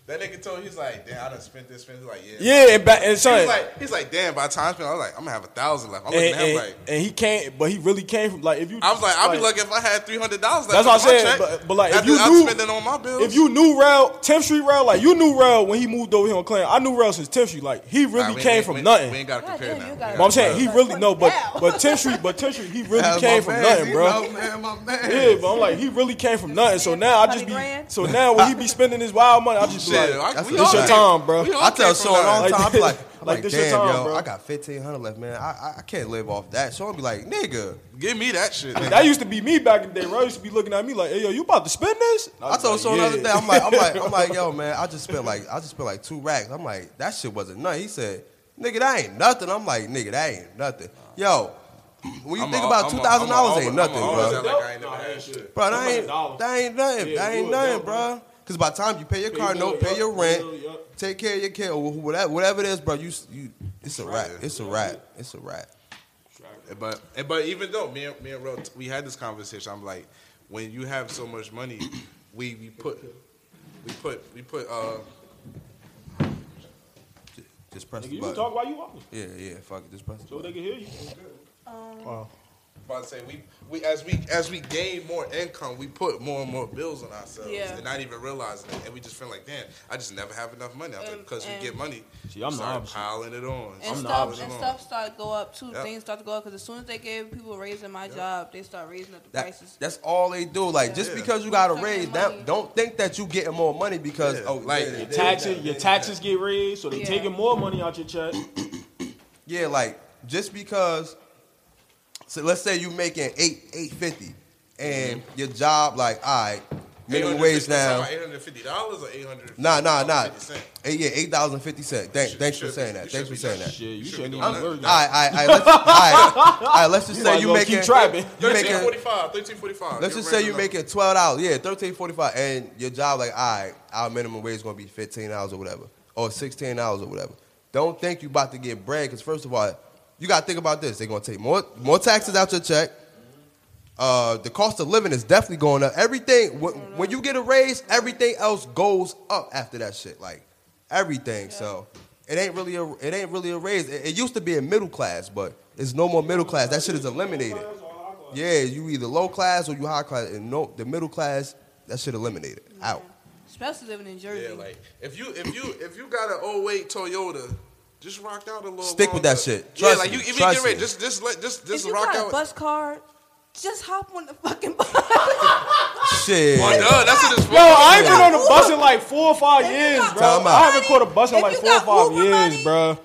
S2: That nigga told he's like, damn, I done spent this, spent. He's like, yeah.
S3: yeah, and, back, and son.
S2: He's like, he's like, damn. By the time I spent, I was like, I'm gonna have a thousand left. I'm
S3: and,
S2: looking at him
S3: and-
S2: like,
S3: and he can't, but he really came from, like, if you.
S2: I was like, I'll be lucky if I had three hundred dollars left.
S3: That's what
S2: on
S3: I
S2: my
S3: said,
S2: check.
S3: but- but like, if
S2: After
S3: you
S2: I'm
S3: knew-
S2: spending on my bills,
S3: If you knew Rel, 10th Street Rel, like, you knew Rel when he moved over here on Clan. I knew Rel since 10th Street. Like, he
S2: Nah,
S3: really
S2: we ain't-
S3: came
S2: we
S3: from
S2: ain't-
S3: nothing.
S2: We ain't gotta
S4: God
S2: compare
S4: damn, you
S2: now.
S4: gotta-
S3: But I'm saying he
S4: Like,
S3: really no, but
S4: now.
S3: but 10th Street, but 10th Street, he really
S1: That's
S3: came
S1: my
S3: from
S1: man,
S3: nothing,
S1: you
S3: bro.
S1: know, man, my man.
S3: Yeah, but I'm like, he really came from nothing. So now I just
S4: 100 grand?
S3: be, so now when he be spending his wild money, I just be
S2: Shit, I-
S3: like,
S1: that's
S2: we
S1: what-
S2: all
S1: this your
S2: came-
S3: time, bro.
S2: we all
S1: I tell
S2: came from
S1: Sean all the
S3: Like
S2: nothing.
S1: time, I'm
S3: this-
S1: like,
S3: like
S1: I'm like,
S3: this your
S1: damn,
S3: time,
S1: yo,
S3: bro."
S1: I got 1500 left, man. I, I, I can't live off that. Sean be like, nigga.
S2: Give me that shit. nigga.
S3: that used to be me back in the day, bro. I used to be looking at me like, hey, yo, you about to spend this? And
S1: I
S3: was
S1: told
S3: like,
S1: Sean the other
S3: "Yeah."
S1: day, I'm like, I'm like, I'm like, yo, man, I just spent like, I just spent like two racks. I'm like, that shit wasn't nothing. He said, nigga, that ain't nothing. I'm like, nigga, that ain't nothing. Yo, when you
S2: I'm
S1: think
S2: a-
S1: about
S2: I'm a-
S1: two thousand dollars,
S2: I'm a-
S1: ain't
S2: I'm a-
S1: nothing,
S2: I'm a-
S1: bro.
S2: Like, I ain't never had shit.
S1: Bro, that
S3: That's like a
S1: ain't,
S3: dollar.
S1: that ain't nothing.
S3: Yeah,
S1: that ain't
S3: you a
S1: nothing,
S3: dollar.
S1: bro. Cause by the time you pay your
S3: Pay your
S1: car note,
S3: bill,
S1: pay
S3: yup,
S1: your
S3: bill,
S1: rent,
S3: yup.
S1: take care of your kid, or whatever, whatever it is, bro. You, you, it's a wrap. It's a wrap. It's a wrap.
S2: But and- but even though me and me and Ro, we had this conversation, I'm like, when you have so much money, we we put we put we put uh
S1: Just press
S3: Nigga,
S1: the
S3: You can
S1: button.
S3: talk while you walking,
S1: Yeah, yeah, fuck it, just press the
S3: so they
S1: button.
S4: Um,
S3: can hear you. Wow.
S2: About to say we, we as we as we gain more income, we put more and more bills on ourselves,
S4: Yeah.
S2: and not even realizing it, and we just feel like, damn, I just never have enough money. I
S4: And-
S2: because we
S4: and-
S2: get money,
S6: See, I'm the
S2: start
S6: opposite.
S2: piling it on.
S4: And
S6: I'm the
S4: stuff
S6: opposite.
S4: and stuff start to go up too.
S2: Yep.
S4: Things start to go up because as soon as they give people a raise in my job, they start raising up the
S1: That,
S4: prices.
S1: that's all they do. Like just
S2: Yeah.
S1: because you got a
S4: Fucking
S1: raise,
S4: money.
S1: that, don't think that you getting more money because
S2: Yeah.
S1: oh
S2: Like,
S1: like yeah,
S2: it-
S6: Taxes, your taxes get raised, so they
S4: Yeah.
S6: taking more money out your check.
S1: yeah, like just because. So let's say you making eight eight fifty, and
S2: Mm-hmm.
S1: your job like all right, minimum wage now.
S2: Eight hundred fifty dollars or eight hundred.
S1: Nah, nah, nah. Hey, yeah, eight dollars and fifty cent. Thanks,
S2: should-
S1: thanks
S2: you
S1: for
S2: should
S1: saying
S2: be-
S1: that.
S2: you
S1: Thanks
S2: should
S1: for
S2: be
S1: saying
S2: done.
S1: that.
S6: Shit, you
S2: should
S6: shouldn't
S2: be
S6: even
S2: doing that.
S6: worry
S1: All right, all right, all right. Let's, all right, all right, let's just
S6: You
S1: say
S6: might
S1: you
S6: as well
S1: making.
S6: keep trapping.
S1: You
S2: Thirteen
S1: making.
S2: forty five, thirteen forty five.
S1: Let's just say you making twelve dollars, yeah, thirteen forty five, and your job like, all right, our minimum wage is gonna be fifteen dollars or whatever, or sixteen dollars or whatever. Don't think you about to get bread, cause first of all, you gotta think about this. They're gonna take more more taxes out your check. Uh, the cost of living is definitely going up. Everything when, when you get a raise, everything else goes up after that shit. Like everything. So it ain't really a it ain't really a raise. It, it used to be a middle class, but it's no more middle class. That shit is eliminated. Yeah, you either low class or you high class, and no, the middle class that shit eliminated out.
S4: Especially living in Jersey.
S2: Yeah, like if you if you if you got an 08 Toyota, just rock out a little.
S1: Stick with
S2: longer.
S1: that shit.
S2: yeah,
S1: Trust
S2: like
S1: me,
S2: you if you
S1: trust
S2: get ready,
S1: me.
S2: just just let just
S4: if
S2: just
S4: you
S2: rock
S4: got
S2: out.
S4: a bus card, just hop on the fucking bus.
S1: Shit,
S2: Oh, duh, that's what it's for.
S6: Yo, I ain't been on a bus in like four or five years,
S4: got
S6: bro.
S1: Time
S6: I
S1: out.
S6: haven't caught a bus in
S4: If
S6: like
S4: you
S6: four or
S4: got
S6: five
S4: Uber
S6: years,
S4: money,
S6: bro.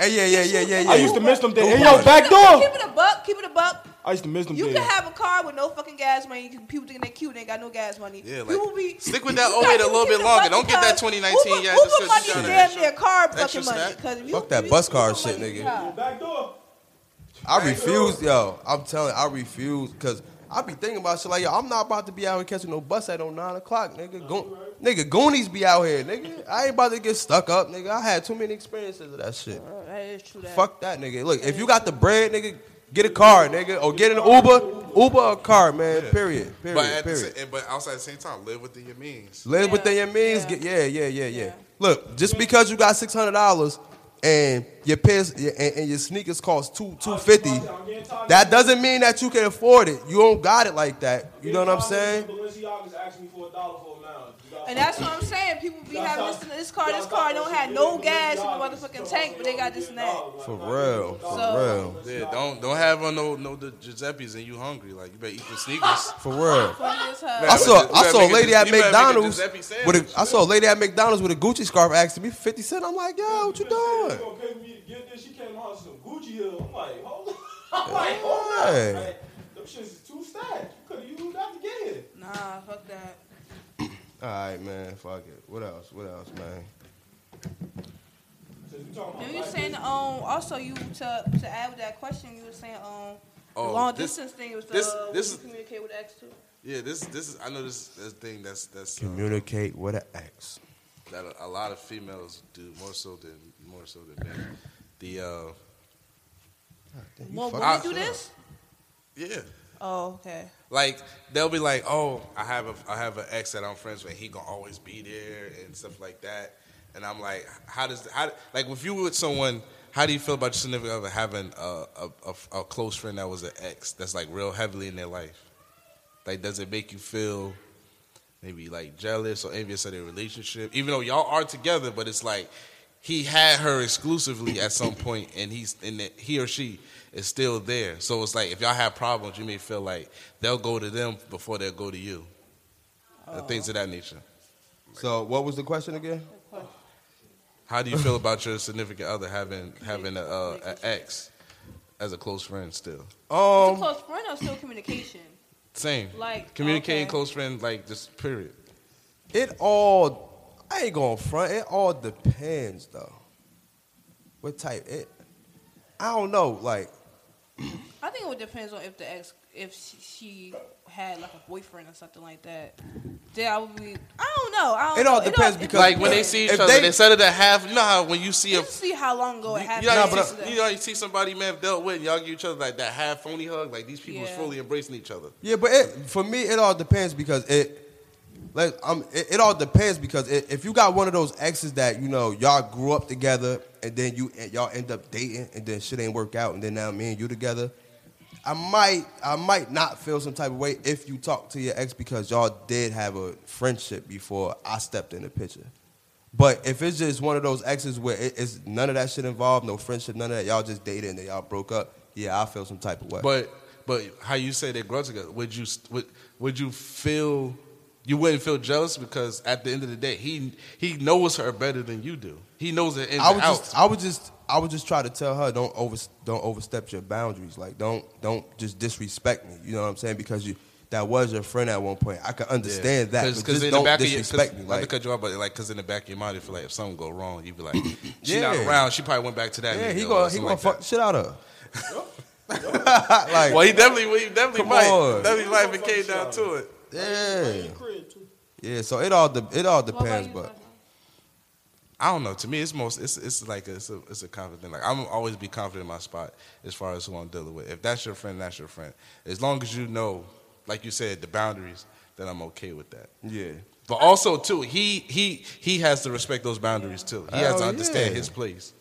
S1: hey, yeah, yeah, yeah, yeah, yeah.
S6: I used to miss them days.
S1: Uber
S6: Hey, yo,
S1: money.
S6: back
S4: Keep
S6: door.
S4: it a buck. Keep it a buck.
S6: I used to miss them
S4: You
S6: days.
S4: can have a car with no fucking gas money. You can- People thinking they cute. They ain't got no gas money.
S2: Yeah, like,
S4: People be,
S2: stick with that
S4: you
S2: 08 a
S4: got-
S2: little
S4: you
S2: bit
S4: get the
S2: longer.
S4: buck
S2: Don't get that
S4: because
S2: 2019
S4: Uber,
S2: yet,
S4: Uber
S2: just 'cause you
S4: money
S2: tryna
S4: damn
S2: extra-
S4: near car
S2: extra
S4: fucking money.
S2: snack.
S4: 'cause if you-
S1: Fuck that
S4: you
S1: bus
S4: use
S1: card
S4: Uber
S1: shit,
S4: money, you
S1: nigga.
S4: got-
S6: Back door.
S1: I refuse, yo. I'm telling, I refuse, cause I be thinking about shit like, yo, I'm not about to be out here catching no bus at no nine o'clock, nigga. Go- nigga, Goonies be out here, nigga. I ain't about to get stuck up, nigga. I had too many experiences of that shit.
S4: Uh, That is true. That.
S1: Fuck that, nigga. Look, if you got the bread, nigga, get a car, nigga, or get an Uber, Uber or car, man. Period. Period.
S2: But at the
S1: period.
S2: sa- but outside the same time, live within your means.
S1: Live
S4: Yeah,
S1: within your means.
S4: yeah.
S1: Get, yeah, yeah, yeah, yeah,
S4: Yeah.
S1: Look, just because you got six hundred dollars and your pants and, and your sneakers cost two two fifty, that doesn't mean that you can afford it. You don't got it like that. You know what I'm saying?
S3: Balenciaga's asked me for a dollar for a mound. You got-
S4: And that's what I'm saying. People be
S3: That's
S4: having
S3: how-
S4: this, this car,
S3: that's
S4: this car
S3: how
S4: don't
S3: she
S4: have
S3: did
S4: no
S3: it.
S4: gas in the
S3: Dollars.
S4: motherfucking tank, but they got this and that.
S3: Dollars.
S1: For real, for
S4: So-
S1: real,
S2: Yeah, don't don't have on no no the Giuseppe's and you hungry. Like you better eat the sneakers.
S1: for real.
S4: Funny as hell.
S1: I saw
S2: You
S1: I
S2: better
S1: saw a
S2: make it
S1: lady
S2: just-
S1: at
S2: you better make it
S1: McDonald's
S2: Giuseppe sandwich.
S1: with a, I saw a lady at McDonald's with a Gucci scarf asking me for fifty cent. I'm like, yo, what you doing?
S3: She gonna pay me to get this. She came out with some Gucci heel. I'm like, hold up. I'm like, hold up.
S1: Hey.
S3: Like, them shits is too stacked. You could have used that to get here.
S4: Nah, fuck that.
S1: All right, man. Fuck it. What else? What else, man?
S3: So you talking about
S4: Then you
S3: black
S4: saying um also you to to add with that question you were saying um the
S2: Oh,
S4: long
S2: this-
S4: distance thing was the
S2: this-
S4: uh, what
S2: this
S4: you
S2: is-
S4: communicate with X too.
S2: Yeah, this this is I know this this thing that's that's uh,
S1: Communicate with an X.
S2: that a, a lot of females do more so than more so than men. The uh
S4: Well,
S1: fuck-
S4: when
S2: I-
S4: we do this?
S2: yeah.
S4: Oh, okay.
S2: Like they'll be like, "Oh, I have a I have an ex that I'm friends with. He gonna always be there and stuff like that." And I'm like, "How does how like if you were with someone, how do you feel about your significant other having a a, a, a close friend that was an ex that's like real heavily in their life? Like, does it make you feel maybe like jealous or envious of their relationship, even though y'all are together? But it's like he had her exclusively at some point, and he's and that he or she is still there. So it's like if y'all have problems, you may feel like they'll go to them before they'll go to you, and things of that nature.
S1: So, what was the question again?
S2: How do you feel about your significant other having having a, uh, a ex as a close friend still?
S4: It's a
S1: Um,
S4: close friend or still communication?
S2: Same,
S4: Like,
S2: communicating
S4: okay.
S2: close friend, like just period.
S1: It all, I ain't gonna front. It all depends though. What type? It, I don't know. Like,
S4: I think it would depends on if the ex if she, she had like a boyfriend or something like that. Then I would be I don't know. I don't
S1: It all
S4: know.
S1: depends because-
S2: Like when they see each
S1: If
S2: other,
S1: they-
S2: they, instead of the half, you know how when you see
S4: you
S2: a
S4: can see how long ago it
S2: You,
S4: happened.
S2: you, know,
S1: Nah,
S2: you,
S1: but
S2: see, you know, you see somebody you may have dealt with, and y'all give each other like that half phony hug. Like these people is
S4: Yeah.
S2: fully embracing each other.
S1: yeah, but it for me, it all depends because it, like, um, it, it all depends because it, if you got one of those exes that you know y'all grew up together and then you y'all end up dating and then shit ain't work out and then now me and you together. I might, I might not feel some type of way if you talk to your ex because y'all did have a friendship before I stepped in the picture. But if it's just one of those exes where it, it's none of that shit involved, no friendship, none of that, y'all just dated and then y'all broke up, yeah, I feel some type of way.
S2: But but how you say they grow together? Would you would, would you feel you wouldn't feel jealous because at the end of the day he he knows her better than you do. He knows it in
S1: I
S2: and
S1: would
S2: out.
S1: just, I would just, I would just try to tell her don't over, don't overstep your boundaries. Like don't, don't just disrespect me. You know what I'm saying? Because you, that was your friend at one point. I can understand that, but just don't disrespect
S2: of
S1: me.
S2: your,
S1: Like,
S2: because you up, but like, cause in the back of your mind, if like if something go wrong, you be like, she not
S1: Yeah.
S2: around. She probably went back to that.
S1: yeah,
S2: nigga
S1: he
S2: or
S1: gonna, he
S2: something
S1: gonna
S2: like
S1: fuck the
S2: that.
S1: shit out of her. like,
S2: Well, he definitely, well, he definitely
S1: Come
S2: might.
S1: on.
S2: Definitely might. if It came down to it.
S1: yeah,
S3: Crib, too.
S1: yeah. So it all, de- it all
S4: What about
S1: depends.
S4: you,
S1: But
S4: Zaza?
S2: I don't know. To me, it's most it's it's like a, it's a it's a confident thing. Like I'm always be confident in my spot as far as who I'm dealing with. If that's your friend, that's your friend. As long as you know, like you said, the boundaries, then I'm okay with that.
S1: yeah,
S2: But also too, he he he has to respect those boundaries too. He has to
S1: Hell Oh,
S2: understand
S1: yeah.
S2: his place.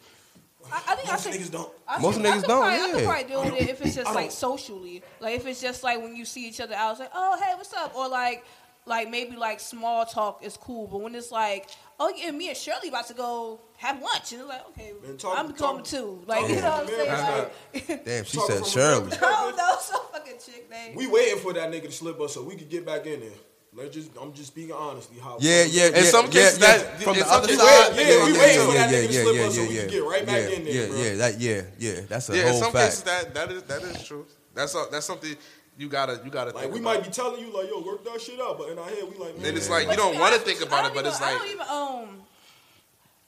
S4: I, I think I
S3: Most
S4: should.
S3: niggas don't.
S4: I
S1: Most
S4: should-
S1: niggas
S4: I could
S1: don't,
S4: Probably, I
S1: yeah.
S4: could probably deal with it if it's just like
S3: don't.
S4: socially, like if it's just like when you see each other out, it's like, oh hey, what's up, or like, like maybe like small talk is cool, but when it's like, oh yeah, me and Shirley about to go have lunch, and it's like, okay,
S3: Man, talk-
S4: I'm
S3: talk-
S4: coming too, like you
S3: talk-
S4: know what I'm
S3: man,
S4: saying? Like,
S1: damn, she
S3: Talking
S1: said
S3: from a
S1: Shirley.
S4: I don't know, some fucking chick name.
S3: We waiting for that nigga to slip us so we could get back in there. Let's just, I'm just speaking honestly. How
S1: Yeah, yeah, yeah.
S2: In some
S1: yeah,
S2: cases,
S1: yeah,
S2: that-
S1: from
S2: in
S1: the
S2: some
S1: other
S2: cases-
S1: side,
S3: Yeah, we waiting for that nigga to slip up so we can get right back
S1: yeah,
S3: in there,
S1: yeah,
S3: bro.
S1: yeah, that, yeah, yeah. That's a
S2: yeah, in
S1: whole
S2: some
S1: fact.
S2: cases that that is that is true. That's all, that's something you gotta you gotta
S3: Like
S2: think
S3: we
S2: about.
S3: might be telling you like, yo, work that shit out, but in our head we like, man,
S2: And it's like
S4: But
S2: you don't
S4: be
S2: want to
S4: honest
S2: think
S4: with you,
S2: about
S4: I
S2: it, but
S4: don't
S2: it's
S4: even-
S2: like
S4: I don't even um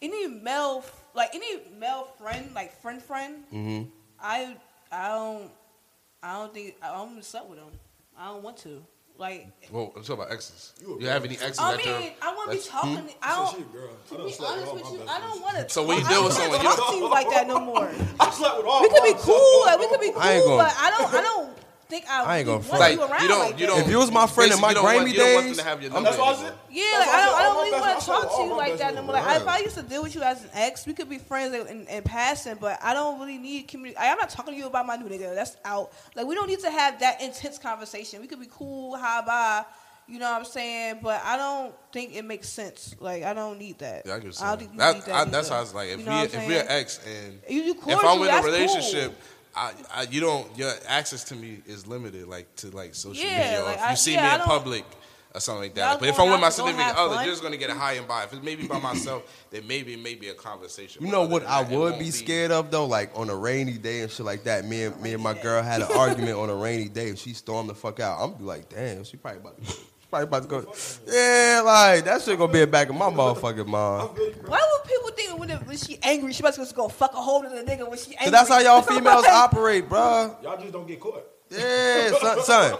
S4: any male like any male friend like friend friend.
S2: Mm-hmm.
S4: I I don't I don't think I don't slept with him. I don't want to like.
S2: Well, I'm talking about exes.
S3: You a
S2: You have any exes
S4: I
S2: that you're?
S4: mean, I want to be
S2: that's- hmm?
S4: talking. I
S3: so
S4: don't.
S3: she a girl. I
S4: To
S3: done
S4: be
S3: slept
S4: honest
S3: all
S4: with
S3: my
S4: you,
S3: best
S4: I
S3: friends.
S4: don't want to.
S2: So when you
S4: I
S2: deal
S4: don't
S2: with
S4: wanna
S2: someone, you-
S4: talk to you like that no more.
S3: I slept with all.
S4: We could
S2: Oh,
S4: be
S3: my-
S4: cool. Like we could be cool,
S1: I ain't gonna-
S4: but I don't. I don't think I,
S1: I ain't
S4: would
S1: gonna
S4: want
S1: front.
S4: you around
S2: you don't,
S4: like
S2: you
S4: that.
S2: don't.
S1: If you was my friend in my
S2: basically, you
S1: grimy
S2: don't want- you don't want them
S1: days,
S2: to have your
S1: I'm-
S2: number
S3: That's what I
S2: anymore.
S3: said.
S4: Yeah,
S3: That's
S4: like I
S3: why said all
S4: don't, I don't
S3: my
S4: really
S3: best-
S4: want to
S3: said all
S4: talk to
S3: my
S4: you
S3: best
S4: like that no
S3: friends
S4: more.
S3: were
S4: Like I-
S3: wild.
S4: if I used to deal with you as an ex, we could be friends in, in, in passing, but I don't really need community. I'm not talking to you about my new nigga. That's out. Like we don't need to have that intense conversation. We could be cool, high bye. You know what I'm saying? But I don't think it makes sense. Like I don't need that.
S2: Yeah, I get what you're
S4: don't
S2: saying.
S4: think you
S2: That-
S4: need
S2: I-
S4: that
S2: that's
S4: either.
S2: how it's like. If, we,
S4: You know what I'm
S2: if we're
S4: saying?
S2: ex and
S4: You- you
S2: if I'm
S4: cordial,
S2: in a
S4: that's
S2: relationship, I, I you don't your access to me is limited, like to like social
S4: Yeah,
S2: media. Or
S4: like,
S2: if you
S4: I-
S2: see
S4: yeah, I
S2: me in
S4: don't-
S2: public or something like
S4: Y'all
S2: that. But if
S4: going
S2: I'm with
S4: out
S2: my
S4: to go
S2: significant
S4: have
S2: other,
S4: fun?
S2: you're just gonna get a high and by. If it's maybe by myself, then maybe maybe a conversation.
S1: You
S2: But
S1: know
S2: other
S1: what
S2: than
S1: I
S2: that, it
S1: would
S2: won't
S1: be scared of though, like on a rainy day and shit like that. Me and me and my girl had an argument on a rainy day. She stormed the fuck out. I'm be like, damn, she probably about to, she probably about to go. Yeah, like that shit gonna be in the back of my motherfucking mind.
S4: Why would people think when, it, when she angry, she must just go fuck a hole in the nigga when she angry?
S1: Cause that's how y'all females operate, bruh.
S3: Y'all just don't get caught.
S1: Yeah, son, son.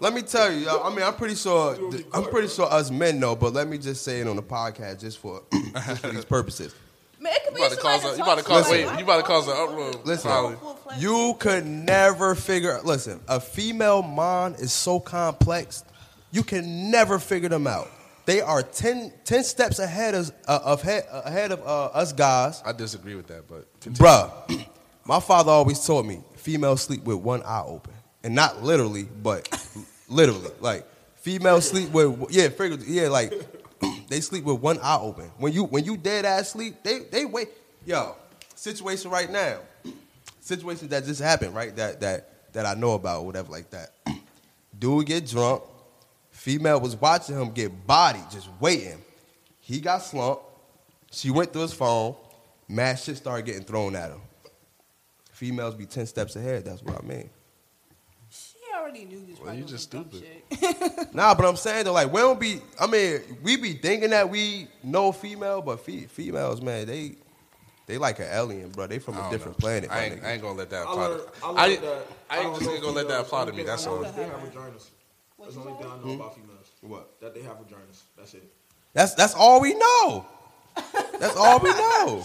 S1: Let me tell you, y'all, I mean, I'm pretty sure, I'm pretty sure us men know, but let me just say it on the podcast just for, just for these purposes.
S4: Man, it could be
S2: You about to
S4: somebody
S2: cause a-
S4: to
S2: you
S4: talk
S2: about to cause
S4: like,
S1: wait,
S4: why
S2: you about to
S4: fuck
S2: cause
S4: you
S2: an
S4: doing
S2: uproar.
S4: that?
S1: Listen,
S2: Solid.
S4: Full-fledged.
S1: you could never figure. Listen, a female mind is so complex, you can never figure them out. They are 10, 10 steps ahead of uh, of head, ahead of uh, us guys,
S2: I disagree with that, but
S1: bruh. My father always taught me females sleep with one eye open, and not literally, but literally, like females sleep with yeah, figuratively, yeah, like they sleep with one eye open. When you when you dead ass sleep, they they wait. Yo, situation right now, situation that just happened, right? That that that I know about, or whatever, like that. Dude get drunk. Female was watching him get bodied, just waiting. He got slumped. She went through his phone. Mad shit started getting thrown at him. Females be ten steps ahead. That's what I mean.
S4: She already knew you was
S2: Well,
S4: probably
S2: you
S4: doing
S2: just
S4: some dumb
S2: stupid.
S4: shit.
S1: Nah, but I'm saying though, like we don't be. I mean, we be thinking that we know female, but fe- females, man, they they like an alien, bro. They from
S2: I
S1: a
S2: don't
S1: different
S2: know.
S1: planet.
S2: I
S1: my
S2: ain't,
S1: nigga.
S2: I ain't gonna let that
S3: I
S2: apply.
S3: learned-
S2: to-
S3: I learned
S2: I
S3: that-
S2: I
S3: don't
S2: ain't just
S3: know
S2: ain't gonna let
S3: females.
S2: that apply to me.
S3: Only thing
S2: That's
S3: I know
S2: all. Hmm?
S3: is They have vaginas. That's
S4: What you
S3: the only thing
S4: say?
S3: I know about females.
S1: What?
S3: That they have vaginas. That's it.
S1: That's that's all we know. That's all we know.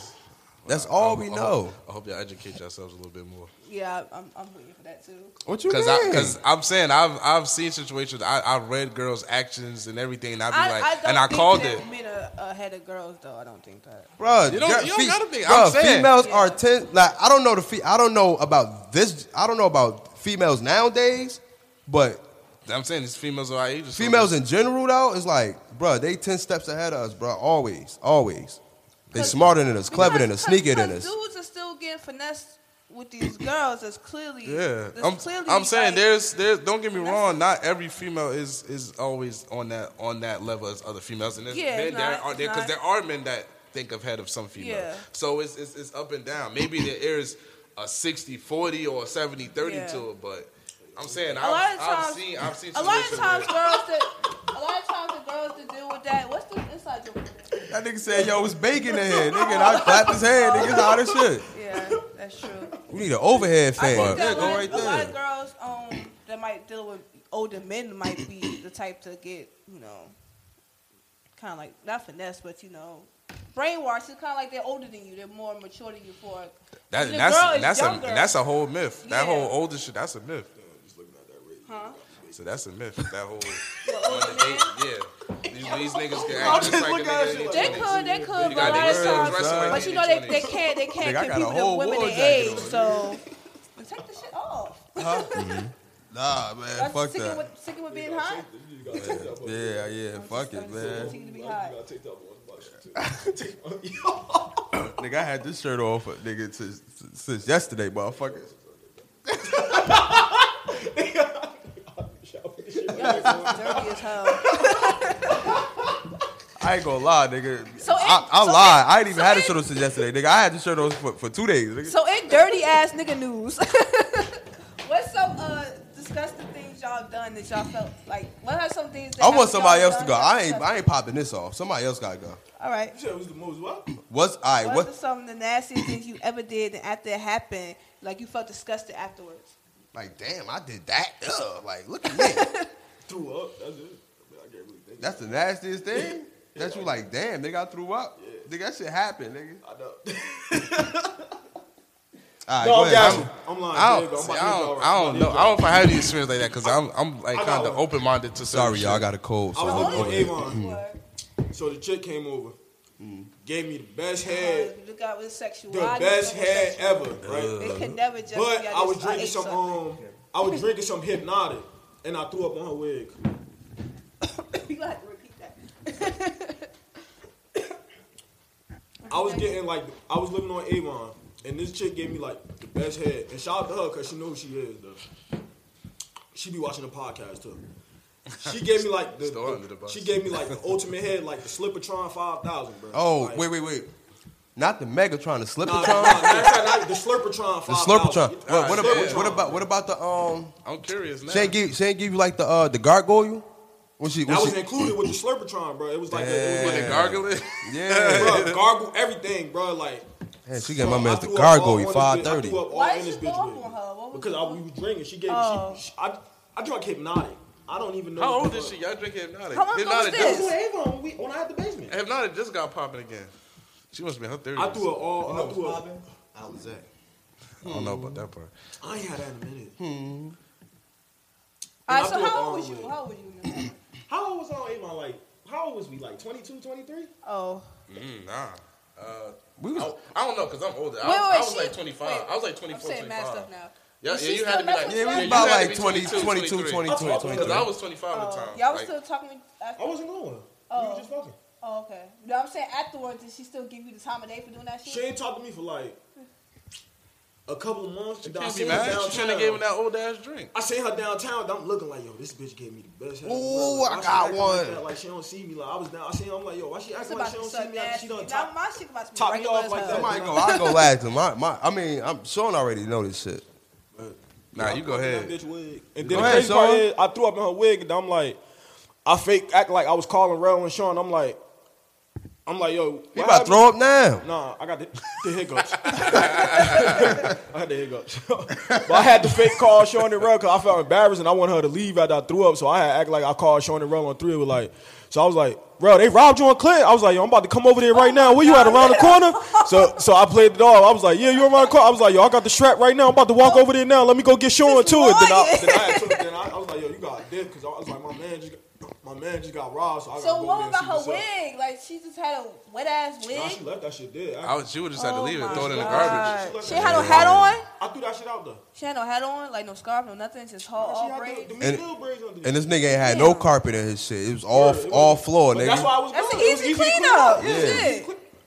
S1: That's all we
S2: I hope-
S1: know.
S2: I hope y'all educate yourselves a little bit more.
S4: Yeah, I- I'm, I'm waiting for that too.
S1: What you
S2: Because
S1: mean?
S2: because I'm saying I've I've seen situations. I I've read girls' actions and everything, and I'd be like,
S4: don't
S2: and I
S4: think
S2: called
S4: that
S2: it.
S4: Men are ahead of girls though. I don't think that.
S1: Bruh,
S2: You don't-
S1: girl-
S2: you don't
S1: fe-
S2: gotta be- I'm
S1: bruh,
S2: saying.
S1: females are
S4: Yeah.
S1: ten. Like I don't know the. Fe- I don't know about this. I don't know about females nowadays, but
S2: I'm saying these females are our age. or something.
S1: females in general though, it's like, bruh, they ten steps ahead of us, bruh. Always, always. They
S4: Cause-
S1: smarter than us, clever than us,
S4: Because-
S1: sneakier
S4: because
S1: than us.
S4: Dudes are still getting finessed with these girls. That's clearly
S2: Yeah,
S4: that's
S2: I'm,
S4: clearly
S2: I'm saying
S4: like-
S2: there's there's don't get me wrong, not every female is is always on that on that level as other females, and there's
S4: Yeah,
S2: men
S4: it's
S2: there
S4: not-
S2: are
S4: it's
S2: there because
S4: not.
S2: there are men that think ahead of some females.
S4: Yeah.
S2: So it's, it's it's up and down. Maybe there is a 60-40 or 70-30
S4: Yeah.
S2: to it, but I'm saying
S4: a lot
S2: I've,
S4: of times.
S2: I've seen I've seen
S4: a lot of
S2: situations
S4: times,
S2: where-
S4: girls that a lot of times the girls that deal with that. What's the inside joke?
S1: That nigga said, yo, it's bacon in here, nigga. And I clapped his head, nigga. It's all this shit.
S4: Yeah, that's true.
S1: We need an overhead
S4: I
S1: fan.
S4: think
S1: Yeah,
S4: that
S1: go
S4: like,
S1: right
S4: a lot of
S1: there.
S4: girls um that might deal with older men might be the type to get you know kind of like not finesse, but you know. Brainwashed. It's kind of like they're older than you. They're more mature than you for it.
S2: That,
S4: The
S2: that's
S4: girl is
S2: that's a
S4: younger.
S2: that's a whole myth. That
S4: Yeah.
S2: whole older shit. That's a myth.
S4: Huh?
S2: So that's a myth. That whole
S4: older
S2: on the date, yeah. These, these niggas can act just, like a nigga. in their
S4: They
S2: 20s.
S4: could, they could, but a
S2: gotta
S4: lot of
S2: dress up,
S4: times,
S2: dress up like
S4: but you
S2: that
S4: know
S2: in
S4: they,
S2: your
S4: they can't they can't
S1: Nigga, I
S4: compete
S1: got a
S4: with the
S1: whole
S4: women
S1: war
S4: their
S1: jacket
S4: age.
S1: on.
S4: So take the shit off.
S1: Nah, man,
S4: That's
S1: fuck
S4: sticking
S1: that.
S4: With, sticking with being hot.
S3: You gotta take that one.
S1: Yeah, yeah, fuck it, man.
S4: Continue to be
S3: You
S4: hot.
S3: gotta take that one. Watch it, too.
S1: Nigga, I had this shirt on for nigga since, since yesterday, motherfucker.
S4: Y'all is dirty as hell.
S1: I ain't gonna lie, nigga.
S4: So
S1: I,
S4: it-
S1: I
S4: so
S1: lied.
S4: it-
S1: I ain't even
S4: so
S1: had a
S4: it-
S1: shirt on since yesterday, nigga. I had this shirt on for, for two days, nigga.
S4: So in dirty ass nigga news, what's some uh, disgusting things y'all done that y'all felt like? What are some things? That
S1: I want
S4: y'all
S1: somebody else to
S4: done
S1: go. I
S4: that's
S1: ain't I ain't popping this off. Somebody else gotta go.
S4: disgusting? All right.
S3: You said it was the most what?
S1: What's all right?
S4: What,
S1: What
S4: are some of the nastiest things you ever did, and after it happened, like you felt disgusted afterwards?
S1: like? Damn, I did that. Ugh, like, look at me.
S3: Threw up. That's it. I, mean, I can't really think.
S1: That's the nastiest thing. That you like? Damn, nigga, I threw up. Nigga, that shit happened, nigga.
S3: I know.
S1: All
S6: No,
S1: right, go
S6: I'm
S1: ahead.
S6: gassing.
S3: I'm lying.
S2: I
S3: Diego.
S2: don't,
S3: I'm
S2: see,
S3: about to hit
S2: I don't,
S3: y'all
S2: I
S3: right
S2: don't
S3: now.
S2: know. I don't know if I have any experience like that because I'm, I'm like
S3: I got
S2: kind of
S3: one.
S2: open minded to. certain
S1: Sorry, y'all. I
S2: shit.
S1: got a cold. So
S3: I was
S1: I'm
S3: looking
S1: over
S3: for
S1: it.
S3: Avon.
S4: Or-
S3: So the chick came over,
S2: Mm.
S3: gave me the best
S4: Uh,
S3: head,
S4: the guy with sexual.
S3: the best head ever, right?
S4: It can never just.
S3: But
S4: be,
S3: I was
S4: just
S3: drinking
S4: ate
S3: some
S4: something.
S3: um, I was drinking some hypnotic, and I threw up on her wig.
S4: you gonna have to repeat that.
S3: I was getting like, I was living on Avon, and this chick gave me like the best head. And shout out to her because she knows who she is though. She be watching the podcast too. She gave me like the,
S2: Still
S3: the-
S2: under the bus.
S3: she gave me like the ultimate head, like the Slippertron five thousand, bro.
S1: Oh,
S3: like,
S1: wait, wait, wait. Not the Megatron, the
S3: Nah,
S1: Slippertron.
S3: nah, nah, nah, nah, the Slurpertron.
S1: The Slurpertron. What, what,
S2: Ah,
S1: about,
S2: yeah.
S1: what about what about the um?
S2: I'm curious now.
S1: She ain't give she ain't give you like the uh the gargoyle when she when
S3: That was
S1: she
S3: included with the Slurpertron, bro. It was like, a, it was
S2: With the
S3: like
S2: gargling,
S1: yeah.
S3: bro, gargle everything, bro. Like,
S1: Man, she gave
S3: bro,
S1: my man
S3: I
S1: the
S3: threw up all on
S1: gargoyle
S3: this
S1: five
S3: bitch. I
S1: thirty.
S3: threw up all
S4: Why
S3: in
S4: is
S3: this
S4: she
S3: bitch
S4: going
S3: with
S4: on
S3: me.
S4: her? What was
S3: Because
S4: the-
S3: I, we was drinking. She gave
S4: Oh.
S3: me. She, she, I, I drank hypnotic. I don't even know.
S2: how
S3: what
S2: old
S3: the
S2: is
S3: fuck.
S2: she? Y'all drink hypnotic?
S4: How long ago
S2: Hypnotic
S4: was
S3: That's
S4: this?
S2: just-
S3: what Avon when, we, when I had the basement.
S2: Hypnotic just got popping again. She must be in her thirties.
S3: I threw up all. I threw up.
S1: I was at.
S2: I don't know about that part.
S3: I ain't had that in a minute.
S2: Hmm.
S4: All
S3: I
S4: right, so
S3: threw up
S4: how
S3: all
S4: old was
S3: the
S4: you?
S3: way.
S4: How old were you? in that?
S3: How old was I on Avon? Like, how old was we? Like 22, 23?
S4: Oh,
S2: Mm, nah. Uh,
S1: We was
S2: I, I don't know because I'm older. I,
S4: Wait, wait,
S2: I was
S4: she-
S2: like 25.
S4: wait.
S2: I was like
S4: I'm
S2: 24,
S4: saying mad
S2: 25.
S4: stuff now.
S2: Yeah,
S4: Was
S2: yeah,
S4: she
S2: you had
S4: still
S2: to be like,
S4: messing
S1: yeah, we
S4: with you?
S1: was
S2: you
S1: about
S2: had to
S1: like
S2: be
S1: 20, 22, 22,
S2: 23.
S3: That's what I
S2: Because I
S1: 23.
S2: was 25 at the
S4: Oh,
S2: time.
S4: y'all was
S2: Like,
S4: still talking.
S3: I
S4: After,
S3: wasn't going. We
S4: Oh.
S3: were just fucking.
S4: oh, okay. No, I'm saying afterwards, did she still give you the time of day for doing that
S3: She
S4: shit?
S3: ain't talked to me for like a couple of months. She
S2: Can't be mad. She shouldn't have gave him that old ass drink.
S3: I seen her downtown. I'm looking like, yo, this bitch gave me the best. head.
S1: Ooh,
S3: Bro,
S1: I
S3: why she
S1: got
S3: acting like
S1: one.
S3: that? Like, she don't see me. Like I was down. I seen. Her, I'm like, yo, why she
S4: It's
S3: acting like she
S4: about to
S3: don't see
S4: suck
S3: me? after
S4: nasty.
S3: She done
S4: Now
S3: top.
S4: my shit about to be
S3: top me
S4: regular
S3: off
S4: as
S3: like
S4: hell.
S3: that.
S1: Somebody go. I go last. him. My my. I mean, I'm Sean already know this shit.
S2: Nah, you go
S3: That
S2: ahead.
S3: bitch wig. And
S1: Go
S3: then the
S1: ahead,
S3: crazy part
S1: Sean.
S3: is, I threw up in her wig, and I'm like, I fake act like I was calling Rel and Sean. I'm like, I'm like, yo,
S1: He
S3: what
S1: about to
S3: happened?
S1: throw up now.
S3: Nah, I got the, the hiccups. I had the hiccups. but I had to fake call Sean and Rel because I felt embarrassed and I wanted her to leave after I threw up. So I had to act like I called Sean and Rel on three. It was like, so I was like, bro, they robbed you on Clint. I was like, yo, I'm about to come over there right now. Where you at around the corner? So so I played it off. I was like, yeah, you around the corner. I was like, yo, I got the strap right now. I'm about to walk over there now. Let me go get Sean
S4: This
S3: to it. Then I,
S4: lawyer.
S3: then I, had to- then I, I was like, yo, you got dick because I was like, my man just got. My man just got robbed, so I
S4: So
S3: gotta go
S4: what
S3: there and
S4: about
S3: see what's
S4: her
S3: up.
S4: wig? Like she just had a wet ass wig.
S3: Nah, she left that shit there.
S2: I
S3: I,
S2: was, she would have had to
S4: Oh
S2: leave it, and
S4: my
S2: throw it in the
S4: God.
S2: garbage.
S3: She left
S4: She
S3: it
S4: had no
S3: there.
S4: hat on.
S3: I threw that shit out though.
S4: She had no hat on, like no scarf, no nothing, just her
S3: She
S4: all
S3: had
S4: braids.
S3: the, the
S1: And-
S3: little braids under there.
S1: And this nigga ain't had no
S4: Damn.
S1: carpet in his shit. It was all all floor,
S3: But That's
S1: nigga.
S3: why I was
S4: That's an
S3: going. It was to
S4: easy
S3: clean
S4: cleanup.
S3: up.
S4: Yeah.
S3: It's easy,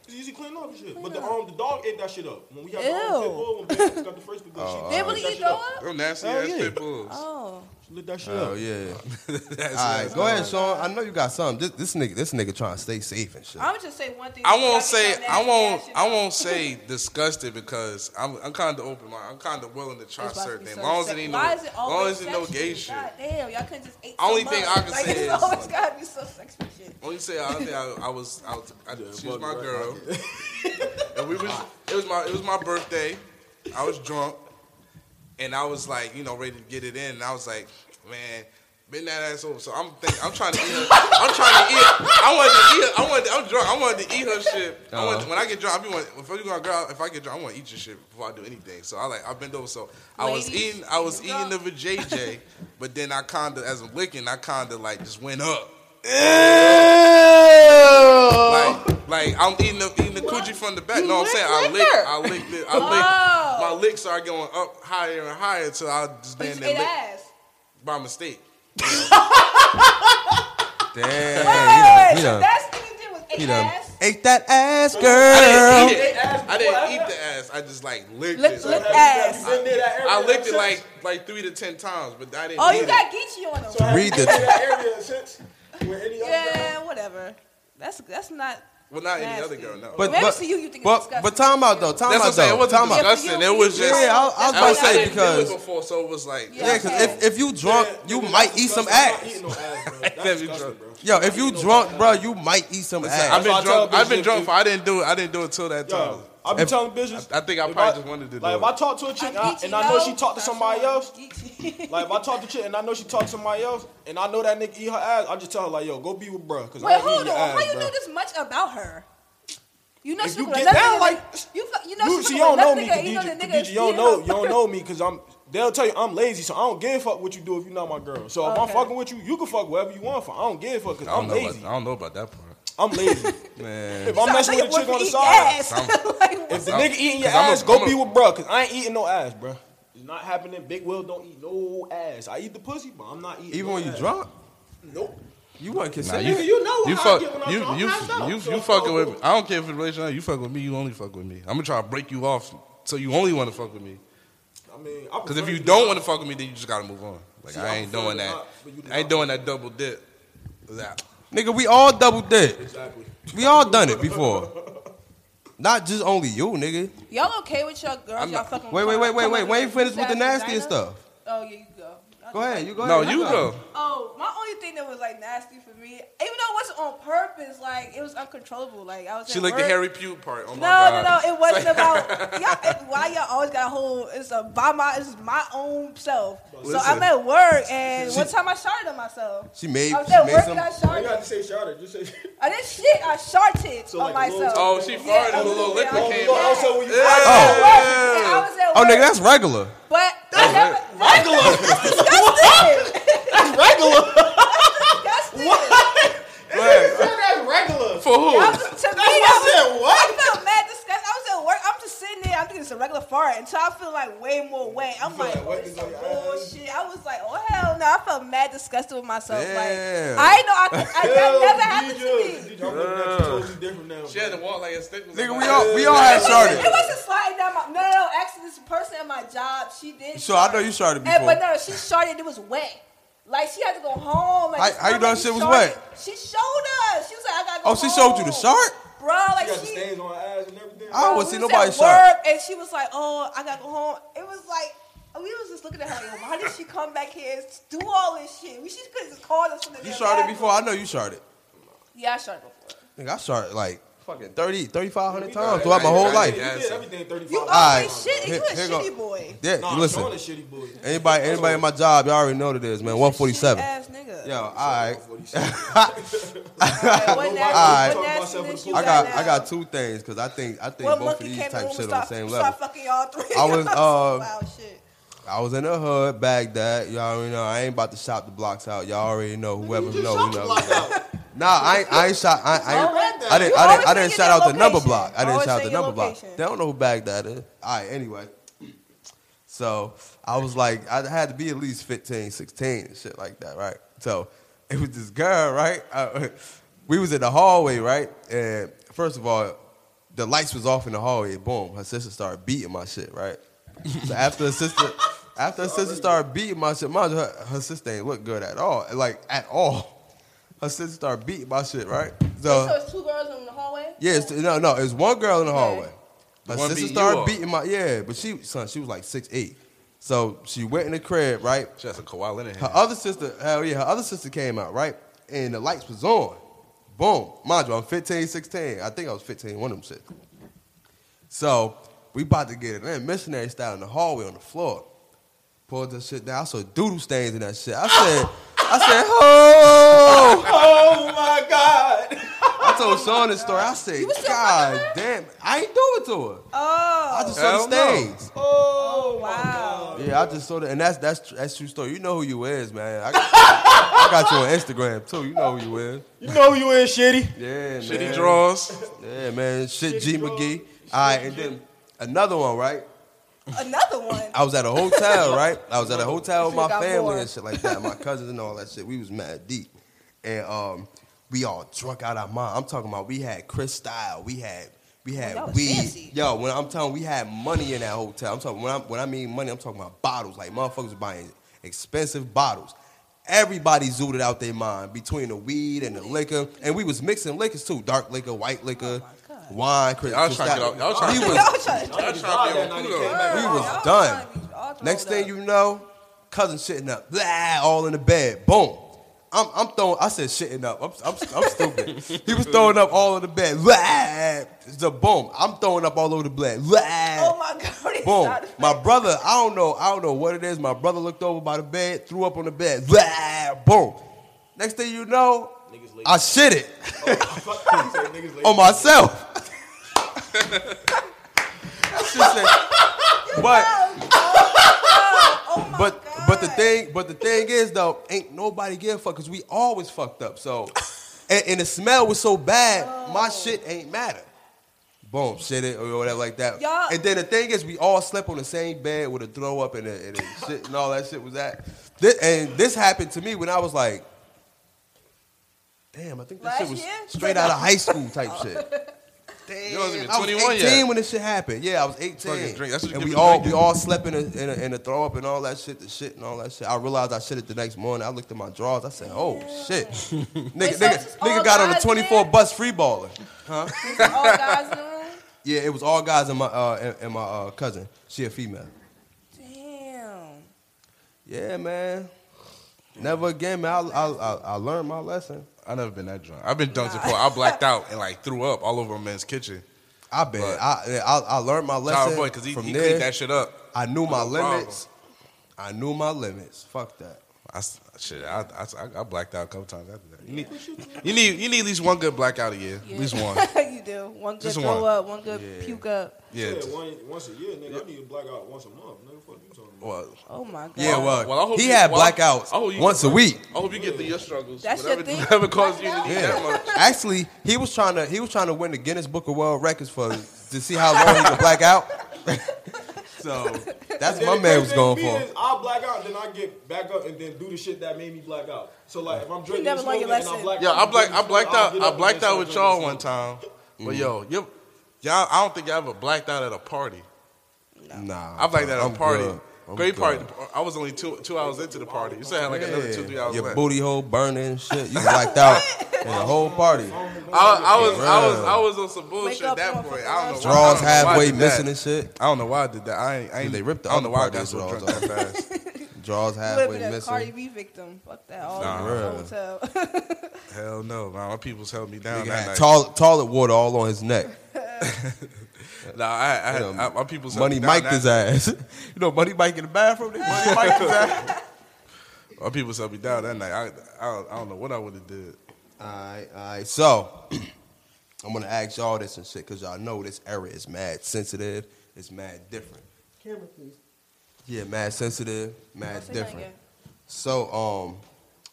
S3: it's easy clean up and shit. But the um, the dog ate that shit up. When we got the um,
S4: Ew.
S3: pit bull, when Big got the first pit bull, she
S4: They
S3: ate
S4: really
S3: that
S4: eat
S3: shit up.
S4: throw up?
S2: Them nasty
S3: Hell
S2: ass
S3: yeah.
S2: pit bulls.
S4: Oh.
S3: She lit that shit
S1: Oh
S3: up.
S1: yeah.
S2: That's
S1: All right,
S2: nasty.
S1: go ahead, Sean. I know you got something. This, this nigga, this nigga trying to stay safe and shit.
S4: I would just say one thing.
S2: I won't say
S4: Y'all
S2: I
S4: be
S2: won't
S4: coming
S2: I
S4: at me,
S2: won't say disgusted because I'm I'm kind of open minded. I'm kind of willing to try
S4: it's about to
S2: certain
S4: be
S2: things.
S4: so
S2: Long as it
S4: sexy.
S2: ain't no,
S4: Why is it
S2: long as
S4: always
S2: it no
S4: sexy?
S2: gay shit.
S4: God damn, y'all couldn't just eat.
S2: Only
S4: so
S2: thing
S4: much.
S2: I can
S4: like,
S2: say
S4: it's
S2: is-
S4: always gotta be so sexy shit.
S2: Only say I think I, I was I, was- I she was my girl, and we was it was my it was my birthday. I was drunk, and I was like you know ready to get it in. And I was like, man, bend that ass over. So I'm think, I'm trying to eat her. I'm trying to eat. Her. I wanted to eat. Her. I wanted. I'm drunk. I wanted to eat her shit. I wanted, when I get drunk, I be want. If you gonna girl, if I get drunk, I want to eat your shit before I do anything. So I like I bend over. So I was
S4: Ladies,
S2: eating. I was
S4: you're
S2: eating the vajayjay, but then I kinda as I'm licking, I kinda like just went up. Like, like I'm eating the eating the coochie from the back.
S4: Oh. You
S2: no, I'm
S4: lick
S2: saying I lick,
S4: liquor?
S2: I licked it, I
S4: Oh.
S2: licked. My licks are going up higher and higher until I just
S4: But
S2: then
S4: you ate
S2: lick
S4: ass.
S2: by mistake.
S1: Damn, he
S4: Wait,
S1: done,
S4: that's the thing you did was
S1: he
S4: ate
S1: done,
S4: ass.
S1: ate that ass,
S2: I
S1: girl.
S2: didn't eat it. I didn't eat the ass. I just like licked
S4: Lick,
S2: it.
S4: lick
S3: You
S4: ass.
S3: been there that area
S2: I licked it
S3: since?
S2: like like three to ten times, but I didn't.
S4: Oh,
S2: eat
S4: you
S2: it.
S4: got Geechee on them.
S3: So have you
S1: Read
S3: been
S1: the-
S3: in that area since? With any other girl?
S4: Yeah, whatever. That's that's not.
S2: well, not any
S4: nasty.
S2: other girl. No,
S4: But- When I see you, you think it's
S1: but,
S4: disgusting.
S1: but time out though. Time
S2: that's what I'm
S1: out
S2: saying. It
S1: though.
S2: wasn't
S1: Time out.
S2: disgusting.
S4: Yeah, for
S2: It
S4: you,
S2: was
S4: you-
S2: just.
S1: Yeah, I was- I was
S4: That's
S2: I
S1: about
S2: was
S1: to
S4: why y'all
S2: saying
S1: say
S4: didn't
S2: because
S1: because
S2: do it before, so it was like
S4: Yeah.
S1: yeah, because if, if you drunk,
S3: Yeah,
S1: you
S3: nigga,
S1: might
S3: that's
S1: eat some
S3: disgusting. I'm
S1: ass.
S3: not eating no ass, bro. That's
S2: That'd be
S3: disgusting,
S2: drunk.
S3: bro.
S1: Yo, if you drunk, bro, you might eat some
S2: I've
S1: ass.
S3: why
S2: been
S3: I tell
S2: drunk. I've been
S3: bitches
S2: drunk
S3: if-
S2: for I didn't do it. I didn't do it till that time.
S3: Yo, I be telling bitches.
S2: I think I
S3: if
S2: probably just wanted to do
S3: Like, if
S2: it.
S3: I talk to a chick and I, and I know she talked to somebody else,
S4: Geechee.
S3: like if I talk to a chick and I know she talked to somebody else, and I know that nigga eat her ass, I just tell her like, yo, go be with bruh, cause I
S4: Wait,
S3: ain't eating
S4: hold on.
S3: your
S4: How
S3: ass,
S4: you
S3: bro.
S4: know this much about her? You know
S3: If
S4: she
S3: you
S4: look
S3: get
S4: another
S3: down
S4: nigga,
S3: like-
S4: you, fu- you know
S3: You,
S4: she
S3: see, you
S4: look
S3: don't know
S4: another
S3: me,
S4: nigga. You know the
S3: Khadija.
S4: nigga.
S3: Khadija, you don't
S4: yeah.
S3: know, you don't know me, cause I'm. They'll tell you I'm lazy, so I don't give a fuck what you do if you're not my girl. So if I'm
S4: Okay.
S3: fucking with you, you can fuck whatever you want for. I don't give a fuck, cause
S2: I don't
S3: I'm
S2: know. About,
S3: lazy.
S2: I don't know about that part.
S3: I'm lazy. If I'm
S4: Stop
S3: messing with a
S4: thinking
S3: chick
S4: what
S3: on the
S4: eat
S3: side,
S4: ass. Like, what-
S3: If the
S2: I'm-
S3: nigga eating your
S2: 'cause I'm a-
S3: ass, go
S2: I'm a-
S3: be with bruh, cause I ain't eating no ass, bruh. It's not happening. Big Will don't eat no ass. I eat the pussy, but I'm not eating.
S1: Even
S3: no
S1: when you
S3: ass.
S1: drunk,
S3: Nope.
S1: you weren't
S2: Nah,
S1: considering.
S2: you,
S3: Nigga, you know
S2: you
S3: how I
S2: fuck,
S3: get when I'm
S2: you,
S3: drunk.
S2: you,
S3: I'm passed out,
S2: you,
S3: so
S2: you
S3: I'm
S2: fucking
S3: cool.
S2: with me. I don't care if it's relationship. You fuck with me, you only fuck with me. I'm gonna try to break you off so you only want to fuck with me.
S3: I mean,
S2: Because if you don't want to fuck with me, then you just gotta move on. Like
S3: See,
S2: I
S3: I
S2: ain't
S3: prefer
S2: doing
S3: to
S2: that.
S3: not, but you do
S2: I ain't
S3: not.
S2: doing that double dip. That-
S1: Nigga, we all double dick.
S3: exactly.
S1: We all done it before. Not just only you, nigga.
S4: y'all okay with y'all girls?
S2: I'm
S4: y'all
S2: not-
S4: fucking.
S1: Wait, wait, wait, wait, wait. Wait, finish with the
S4: Ass
S1: nasty and
S4: vagina?
S1: stuff.
S4: Oh yeah, you go. Y'all
S1: Go
S4: do
S1: ahead,
S4: that.
S1: you go
S2: No,
S1: ahead.
S2: you go.
S4: Oh, my only thing that was like nasty for me, even though it wasn't on purpose, like it was uncontrollable. Like I was.
S2: She
S4: at
S2: licked the
S4: work.
S2: Harry Pute part. Oh my
S4: No, no,
S2: god.
S4: no. It wasn't about y'all. Why y'all always got a whole? It's a by my. It's my own self. So
S2: Listen.
S4: I'm at work, and one time I sharted on myself.
S1: She made,
S4: I was
S1: she
S4: at
S1: made
S4: work
S1: some.
S4: and I
S3: You got to
S4: sharted.
S3: say shout out. Just say. Shout
S4: I didn't shit. I sharted
S3: So,
S4: on
S3: like, a little-
S4: myself.
S2: Oh, she farted. A little liquor
S3: Oh,
S4: yeah.
S2: came
S4: Yeah.
S2: out. Oh,
S3: Also, when you
S4: I was at work, and I was at
S1: Oh,
S4: work,
S1: nigga, that's Oh, regular.
S4: But I never, that's disgusting.
S3: regular.
S4: Disgusting. What?
S3: That's regular.
S2: For who?
S4: I was, to me,
S3: I
S4: that was,
S3: said, what?
S4: I felt mad disgusting. I was at work. I'm just sitting there. I'm thinking it's a regular fart until I feel like way more weight. I'm
S3: feel
S4: like,
S3: like "Ah."
S4: oh,
S3: weight
S4: this
S3: is
S4: is some
S3: on your ass?
S4: bullshit. I was like, oh hell no. I felt mad disgusted with myself.
S1: Damn.
S4: Like I know I, I that never happened to me.
S3: Khadija, I'm looking at you totally different now.
S2: She had to walk like a stick. was
S1: Nigga,
S2: like-
S1: we all we all had
S4: It
S1: sharded.
S4: wasn't sliding down my. No, no, no. Actually, this person at my job, she did.
S1: Sure, I know
S4: shart.
S1: you sharded
S4: And,
S1: before.
S4: but no, she started. It was wet. Like she had to go home. Like
S1: How-
S4: this
S1: how you
S4: woman
S1: know
S4: who
S1: shit was
S4: sharted-
S1: wet?
S4: She showed us. She was like, I gotta go
S1: Oh, she showed you the
S4: home.
S1: shart?
S3: She
S4: bro. Like
S3: got the
S4: she,
S3: stains on her ass and everything.
S1: I don't
S4: bro,
S1: wanna
S4: we
S1: see
S4: was
S1: nobody
S4: at
S1: shot.
S4: work, and she was like, "Oh, I gotta go home." It was like. We was just looking at her like, why did she come back here and do all this shit? We she could have just called us from the
S1: You
S4: damn
S1: sharded
S4: bathroom.
S1: before? I know you sharded.
S4: Yeah, I sharded before.
S1: Nigga, I sharded like fucking 30, 3,500
S3: We
S1: times
S3: did
S1: throughout my whole
S3: everything.
S1: life.
S3: We did
S2: Yeah.
S3: everything 35.
S4: You always
S1: Alright,
S4: shit. You
S1: here-
S4: a
S1: here go.
S4: shitty boy.
S1: Yeah,
S3: Nah,
S1: you
S3: listen. Sean
S1: listen.
S3: is shitty boy.
S1: Anybody, anybody in my job, y'all already know what it is, man. One forty seven.
S4: Shitty ass nigga.
S1: Yo, all right.
S4: Like, what nasty,
S1: Alright.
S4: what
S3: Talk about
S4: nasty
S3: something
S4: bitch
S3: for
S4: you
S3: the
S1: I got,
S4: now?
S1: I got two things because I think, I think
S4: What
S1: both of
S4: monkey
S1: these
S4: came in the
S1: type
S4: room
S1: shit
S4: and
S1: on the
S4: start,
S1: same
S4: start
S1: level.
S4: fucking y'all three?
S1: I was,
S4: Some
S1: uh,
S4: wild shit.
S1: I was in the hood, Baghdad. Y'all already know I ain't about to shop the blocks out. Y'all already know. Whoever
S7: You just
S1: know,
S7: shot
S1: you
S7: the
S1: know.
S7: block out.
S1: Nah, I ain't, I ain't shot. I, I,
S7: All right, then.
S1: I didn't.
S4: You
S1: I
S4: always
S1: didn't. I didn't
S4: thinking
S1: shout
S4: your
S1: out the number
S4: location.
S1: block. I didn't
S4: Always
S1: shout out the
S4: thinking your
S1: number block.
S4: location.
S1: They don't know who Baghdad is. All right. Anyway, so I was like, I had to be at least 15, 16, and shit like that, right? So it was this girl, right? Uh, we was in the hallway, right? And first of all, the lights was off in the hallway. Boom. Her sister started beating my shit, right? So after her sister, after her sister started beating my shit, mind you, her, her sister ain't look good at all, like at all. Her sister started beating my shit, right? So,
S4: so it's two girls in the hallway.
S1: yeah, it's, no, no, it's one girl in the hallway.
S2: The
S1: Her
S2: one
S1: sister
S2: beating you
S1: started
S2: up.
S1: beating my yeah, but she son, she was like six eight, so she went in the crib right.
S2: She has a koala in her
S1: Her
S2: hand.
S1: other sister, hell yeah, her other sister came out right, and the lights was on. Boom, mind you, I'm 15, 16. I think I was 15, one of them shit. So we about to get it in missionary style in the hallway on the floor. Pulled this shit down. I saw doodle stains in that shit. I said, I said, oh.
S6: Oh my God.
S1: I told Sean this story. I said,
S4: You was still fucking
S1: God
S4: her?
S1: damn, I ain't do it to her.
S4: Oh,
S1: I just saw
S2: Hell
S1: the
S2: no.
S1: stains.
S4: oh, wow.
S1: Yeah, I just saw that, and that's that's that's true story. You know who you is, man. I got, I got you on Instagram too. You know who you is.
S6: You know you in shitty.
S1: Yeah,
S2: Shitty
S1: man.
S2: draws.
S1: Yeah, man. Shit, G McGee. All right, and then another one, right?
S4: Another one.
S1: I was at a hotel, right? I was at a hotel with
S4: Should've
S1: my
S4: got
S1: family
S4: more.
S1: and shit like that, my cousins and all that shit. We was mad deep, and um, we all drunk out our mind. I'm talking about we had Chris Style, we had we had
S4: Oh, y'all was
S1: weed.
S4: fancy.
S1: Yo, when I'm telling, we had money in that hotel. I'm talking when I when I mean money, I'm talking about bottles. Like motherfuckers was buying expensive bottles. Everybody zooted out their mind between the weed and the liquor, and we was mixing liquors too, dark liquor, white liquor,
S4: Oh, my God.
S1: wine. Chris,
S2: Y'all trying to
S1: Cristal.
S2: get out- y'all trying
S1: We
S2: to get
S1: was-
S4: Y'all trying to-
S2: Y'all trying to get on Pluto.
S1: we was done.
S4: Y'all trying to be- y'all
S1: Next
S4: throwed
S1: thing
S4: up.
S1: you know, cousin shitting up, blah, all in the bed. Boom. I'm, I'm throwing. I said shitting up. I'm, I'm, I'm stupid. he was throwing up all in the bed. Blah. The boom. I'm throwing up all over the bed. Blah.
S4: Oh my god. he
S1: Boom.
S4: started-
S1: My brother, I don't know, I don't know what it is. My brother looked over by the bed, threw up on the bed. Blah, boom. Next thing you know, I shit it. on myself. She said, but
S4: Oh my
S1: but
S4: god.
S1: but the thing but the thing is though, ain't nobody give a fuck because we always fucked up. So and, and the smell was so bad, my
S4: Oh.
S1: shit ain't matter. Boom, shit it or whatever like that.
S4: Y'all-
S1: and then the thing is, we all slept on the same bed with a throw up and a, and a shit and all that shit was at. This, and this happened to me when I was like, damn, I think that shit
S4: Last
S1: was
S4: year?
S1: straight out of high school type shit.
S2: You wasn't even
S1: I was
S2: 21
S1: 18
S2: yet.
S1: when this shit happened. Yeah, I was 18.
S2: Fucking drink. That's what you
S1: and
S2: get
S1: we
S2: for
S1: all
S2: drinking.
S1: we all slept in a, in a in a throw up and all that shit, the shit and all that shit. I realized I shit it the next morning. I looked at my drawers. I said, "Oh shit, nigga,
S4: Wait, so
S1: nigga,
S4: it's just all
S1: nigga got on a
S4: guys
S1: 24
S4: there?
S1: bus free balling."
S4: Is it all guys in the room?
S1: Yeah, it was all guys and my uh and, and my uh, cousin. She a female.
S4: Damn.
S1: Yeah, man. Never again, man. I I, I, I learned my lesson.
S2: I never been that drunk. I've been dunked before. I blacked out and like threw up all over a man's kitchen.
S1: I bet.
S2: But-
S1: I, I I learned my lesson
S2: Tyler Boy, because he,
S1: from
S2: he
S1: there.
S2: cleaned that shit up.
S1: I knew my
S2: No problem.
S1: limits. I knew my limits. Fuck that.
S2: I s- shit, I, I, I blacked out a couple times after that. You need, you need, you need at least one good blackout a year. At least one.
S4: you do. One good
S2: Just
S4: throw
S2: one.
S4: up, one good puke up.
S2: Yeah.
S3: Yeah, one, once a year, nigga. I need to black out once a month, nigga. Fuck you talking about?
S2: Well,
S4: Oh my god.
S1: Yeah, well,
S2: Well, I hope
S1: he
S2: you-
S1: had
S2: well, I-
S1: blackouts
S2: I hope you-
S1: once a week.
S2: I hope you get through your struggles.
S4: That's your
S2: whatever,
S4: thing?
S2: Whatever caused you to need that
S1: Yeah.
S2: much.
S1: Actually, he was trying to he was trying to win the Guinness Book of World Records for to see how long he could black out. so that's what
S3: Then
S1: my
S3: the
S1: man
S3: crazy
S1: was
S3: thing
S1: going
S3: be
S1: for.
S3: is I black out, then I get back up and then do the shit that made me black out. So like if I'm drinking,
S4: never
S3: and
S4: learned your
S3: smoking and I
S4: lesson.
S3: black
S2: Yeah,
S3: out,
S2: I blacked, I
S3: I'll
S2: blacked
S3: get up
S2: out,
S3: and
S2: I
S3: then
S2: blacked
S3: start
S2: out with
S3: drinking
S2: y'all
S3: some.
S2: one time. But yo, you, y'all, I don't think y'all ever blacked out at a party.
S1: Nah,
S2: I blacked out at
S1: I'm
S2: a party.
S1: good. I'm
S2: Great
S1: good.
S2: party. I was only two two hours into the party. You said I had like another two three hours
S1: Your
S2: left.
S1: booty hole burning and shit. You blacked out in the whole party.
S2: I, I was I was
S1: Bruh.
S2: I was on some bullshit
S4: Wake up
S2: at that
S4: on
S2: point.
S4: fucking
S2: I don't know. why-
S1: Draws
S2: I don't know why I
S1: halfway
S2: did that.
S1: missing and shit.
S2: I don't know why I did that. I ain't. I ain't
S1: They ripped the
S2: I don't know why I got
S1: underparty
S2: so
S1: drawers
S2: drunk that fast.
S1: Draws
S4: Would have
S1: halfway
S4: been a Cardi
S1: missing.
S4: B victim. Fuck that. All
S2: Nah.
S4: over the
S1: Bruh.
S4: hotel.
S2: Hell no, man. My people's held me down
S1: Nigga
S2: that
S1: had
S2: night.
S1: tall, toilet water all on his neck.
S2: Nah, I, I, had
S1: You know,
S2: I, my people's held
S1: Money
S2: me down
S1: Mike
S2: that
S1: his ass. you know, Money Mike in the bathroom. They Money Mike his ass.
S2: My people set me down that night. I, I, don't, I don't know what I would have did.
S1: All right, all right. So I'm gonna ask y'all this and shit because y'all know this era is mad sensitive. It's mad different. Yeah, mad sensitive, mad
S4: Don't say that
S1: different.
S4: again.
S1: So um,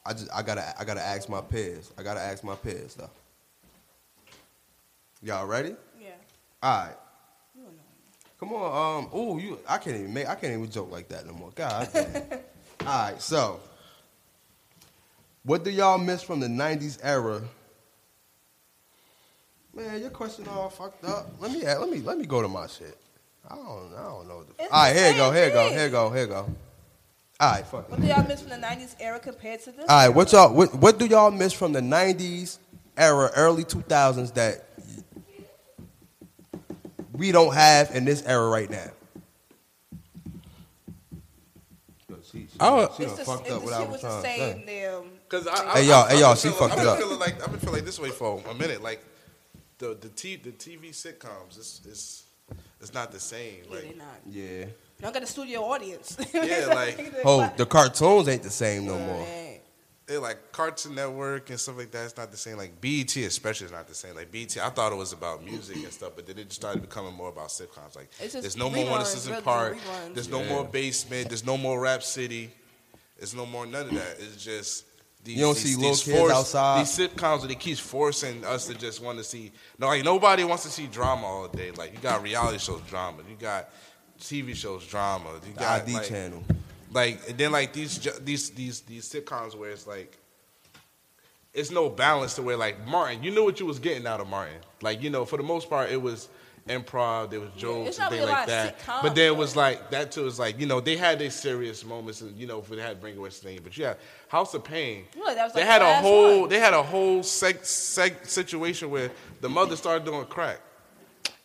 S1: I just I gotta I gotta ask my peers. I gotta ask my peers though. Y'all ready?
S4: Yeah.
S1: All right.
S4: You annoying.
S1: Come on, um, ooh, you, I can't even make, I can't even joke like that no more. God damn. All right, so, what do y'all miss from the '90s era? Man, your question all fucked up. Let me, let me, let me go to my shit. I don't, I don't know. What the,
S4: It's
S1: all right,
S4: the
S1: here you go,
S4: same
S1: here you go,
S4: thing.
S1: here you go, here you go. All right, fuck.
S4: What do y'all miss from the '90s era compared to this?
S2: Ah,
S1: All right, what y'all, what, what do y'all miss from the '90s era, early 2000s that we don't have in this era right now?
S2: Oh,
S1: She
S4: It's
S1: done
S4: the,
S1: fucked
S4: it's
S1: up
S4: the
S1: what
S4: shit
S1: I was
S4: was the
S1: trying to
S4: same.
S1: say.
S4: Damn.
S2: Cause I, I,
S1: Hey, y'all,
S2: I-
S1: hey,
S2: I've
S1: y'all,
S2: been
S1: she
S2: feeling-
S1: fucked
S2: I've
S1: it
S2: been
S1: up.
S2: feeling like I've been feeling like this way for a minute. Like the the t the TV sitcoms, it's it's it's not the same.
S4: Yeah, they
S2: Like
S4: not.
S1: Yeah.
S4: You don't got a studio audience.
S2: Yeah, like-
S1: Oh, the cartoons ain't the same no more.
S4: Man.
S2: they like Cartoon Network and stuff like that. It's not the same. Like BET especially is not the same. Like BET, I thought it was about music and stuff, but then it just started becoming more about sitcoms. Like
S4: It's just
S2: there's no more One
S4: reruns,
S2: Assistant
S4: reruns,
S2: Park.
S4: reruns.
S2: There's no more Basement. There's no more Rap City. There's no more none of that. It's just. These,
S1: You don't
S2: these-
S1: see
S2: these
S1: little kids
S2: forced-
S1: outside.
S2: These sitcoms that they keep forcing us to just want to see. No, like nobody wants to see drama all day. Like you got reality shows drama. You got TV shows drama. You
S1: The
S2: got
S1: ID
S2: like,
S1: channel.
S2: like and then like these ju- these these these sitcoms where it's like it's no balance to where like Martin, you knew what you was getting out of Martin. Like you know, for the most part, it was improv, there was jokes
S4: it's not
S2: and things
S4: really
S2: like
S4: a lot of
S2: that.
S4: sitcoms,
S2: but then it
S4: though.
S2: was like that too. It's like you know they had their serious moments, and you know if they had Bring It West thing. But yeah, House of Pain,
S4: Really, that was,
S2: they
S4: like,
S2: had
S4: the
S2: a
S4: last
S2: whole
S4: one.
S2: they had a whole seg- seg- situation where the mother started doing crack.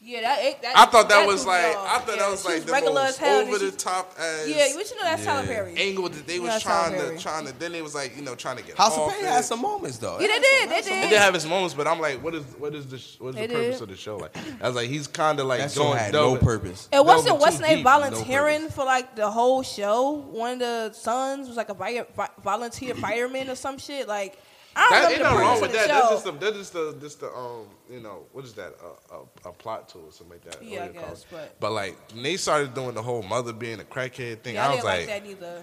S4: Yeah, that, it, that.
S2: I thought that
S4: threw
S2: was
S4: me
S2: like
S4: off.
S2: I thought
S4: Yeah,
S2: that was
S4: she
S2: like the
S4: regular as
S2: most
S4: hell, and
S2: over the
S4: she-
S2: top as
S4: Yeah, but you know that's Tyler Perry.
S2: angle that they
S4: You
S2: was
S4: know,
S2: trying
S4: Tyler Perry.
S2: to trying to. Then they was like you know trying to get
S1: House of
S2: off
S1: Pain
S2: it.
S1: had some moments though.
S4: Yeah, they did. They
S2: It
S4: did.
S2: did have its moments, but I'm like, what is what is the sh- what is
S4: They
S2: the purpose
S4: did.
S2: of the show? Like, I was like, he's kind of like
S1: That show
S2: going
S1: had
S2: double-
S1: no purpose.
S4: And
S2: Delving
S4: wasn't
S2: too
S4: what's his name
S2: deep, no
S4: volunteering for like the whole show? One of the sons was like a vi- vi- volunteer fireman or some shit. Like I don't
S2: That ain't
S4: remember the
S2: nothing
S4: purpose
S2: wrong with
S4: of the
S2: that.
S4: show.
S2: That's just the that's just the just the um you know what is that a, a, a plot tool or something like that.
S4: Yeah,
S2: What
S4: I
S2: do you call
S4: guess,
S2: it?
S4: but-
S2: like when they started doing the whole mother being a crackhead thing,
S4: yeah, I,
S2: I was
S4: didn't like,
S2: like,
S4: that neither.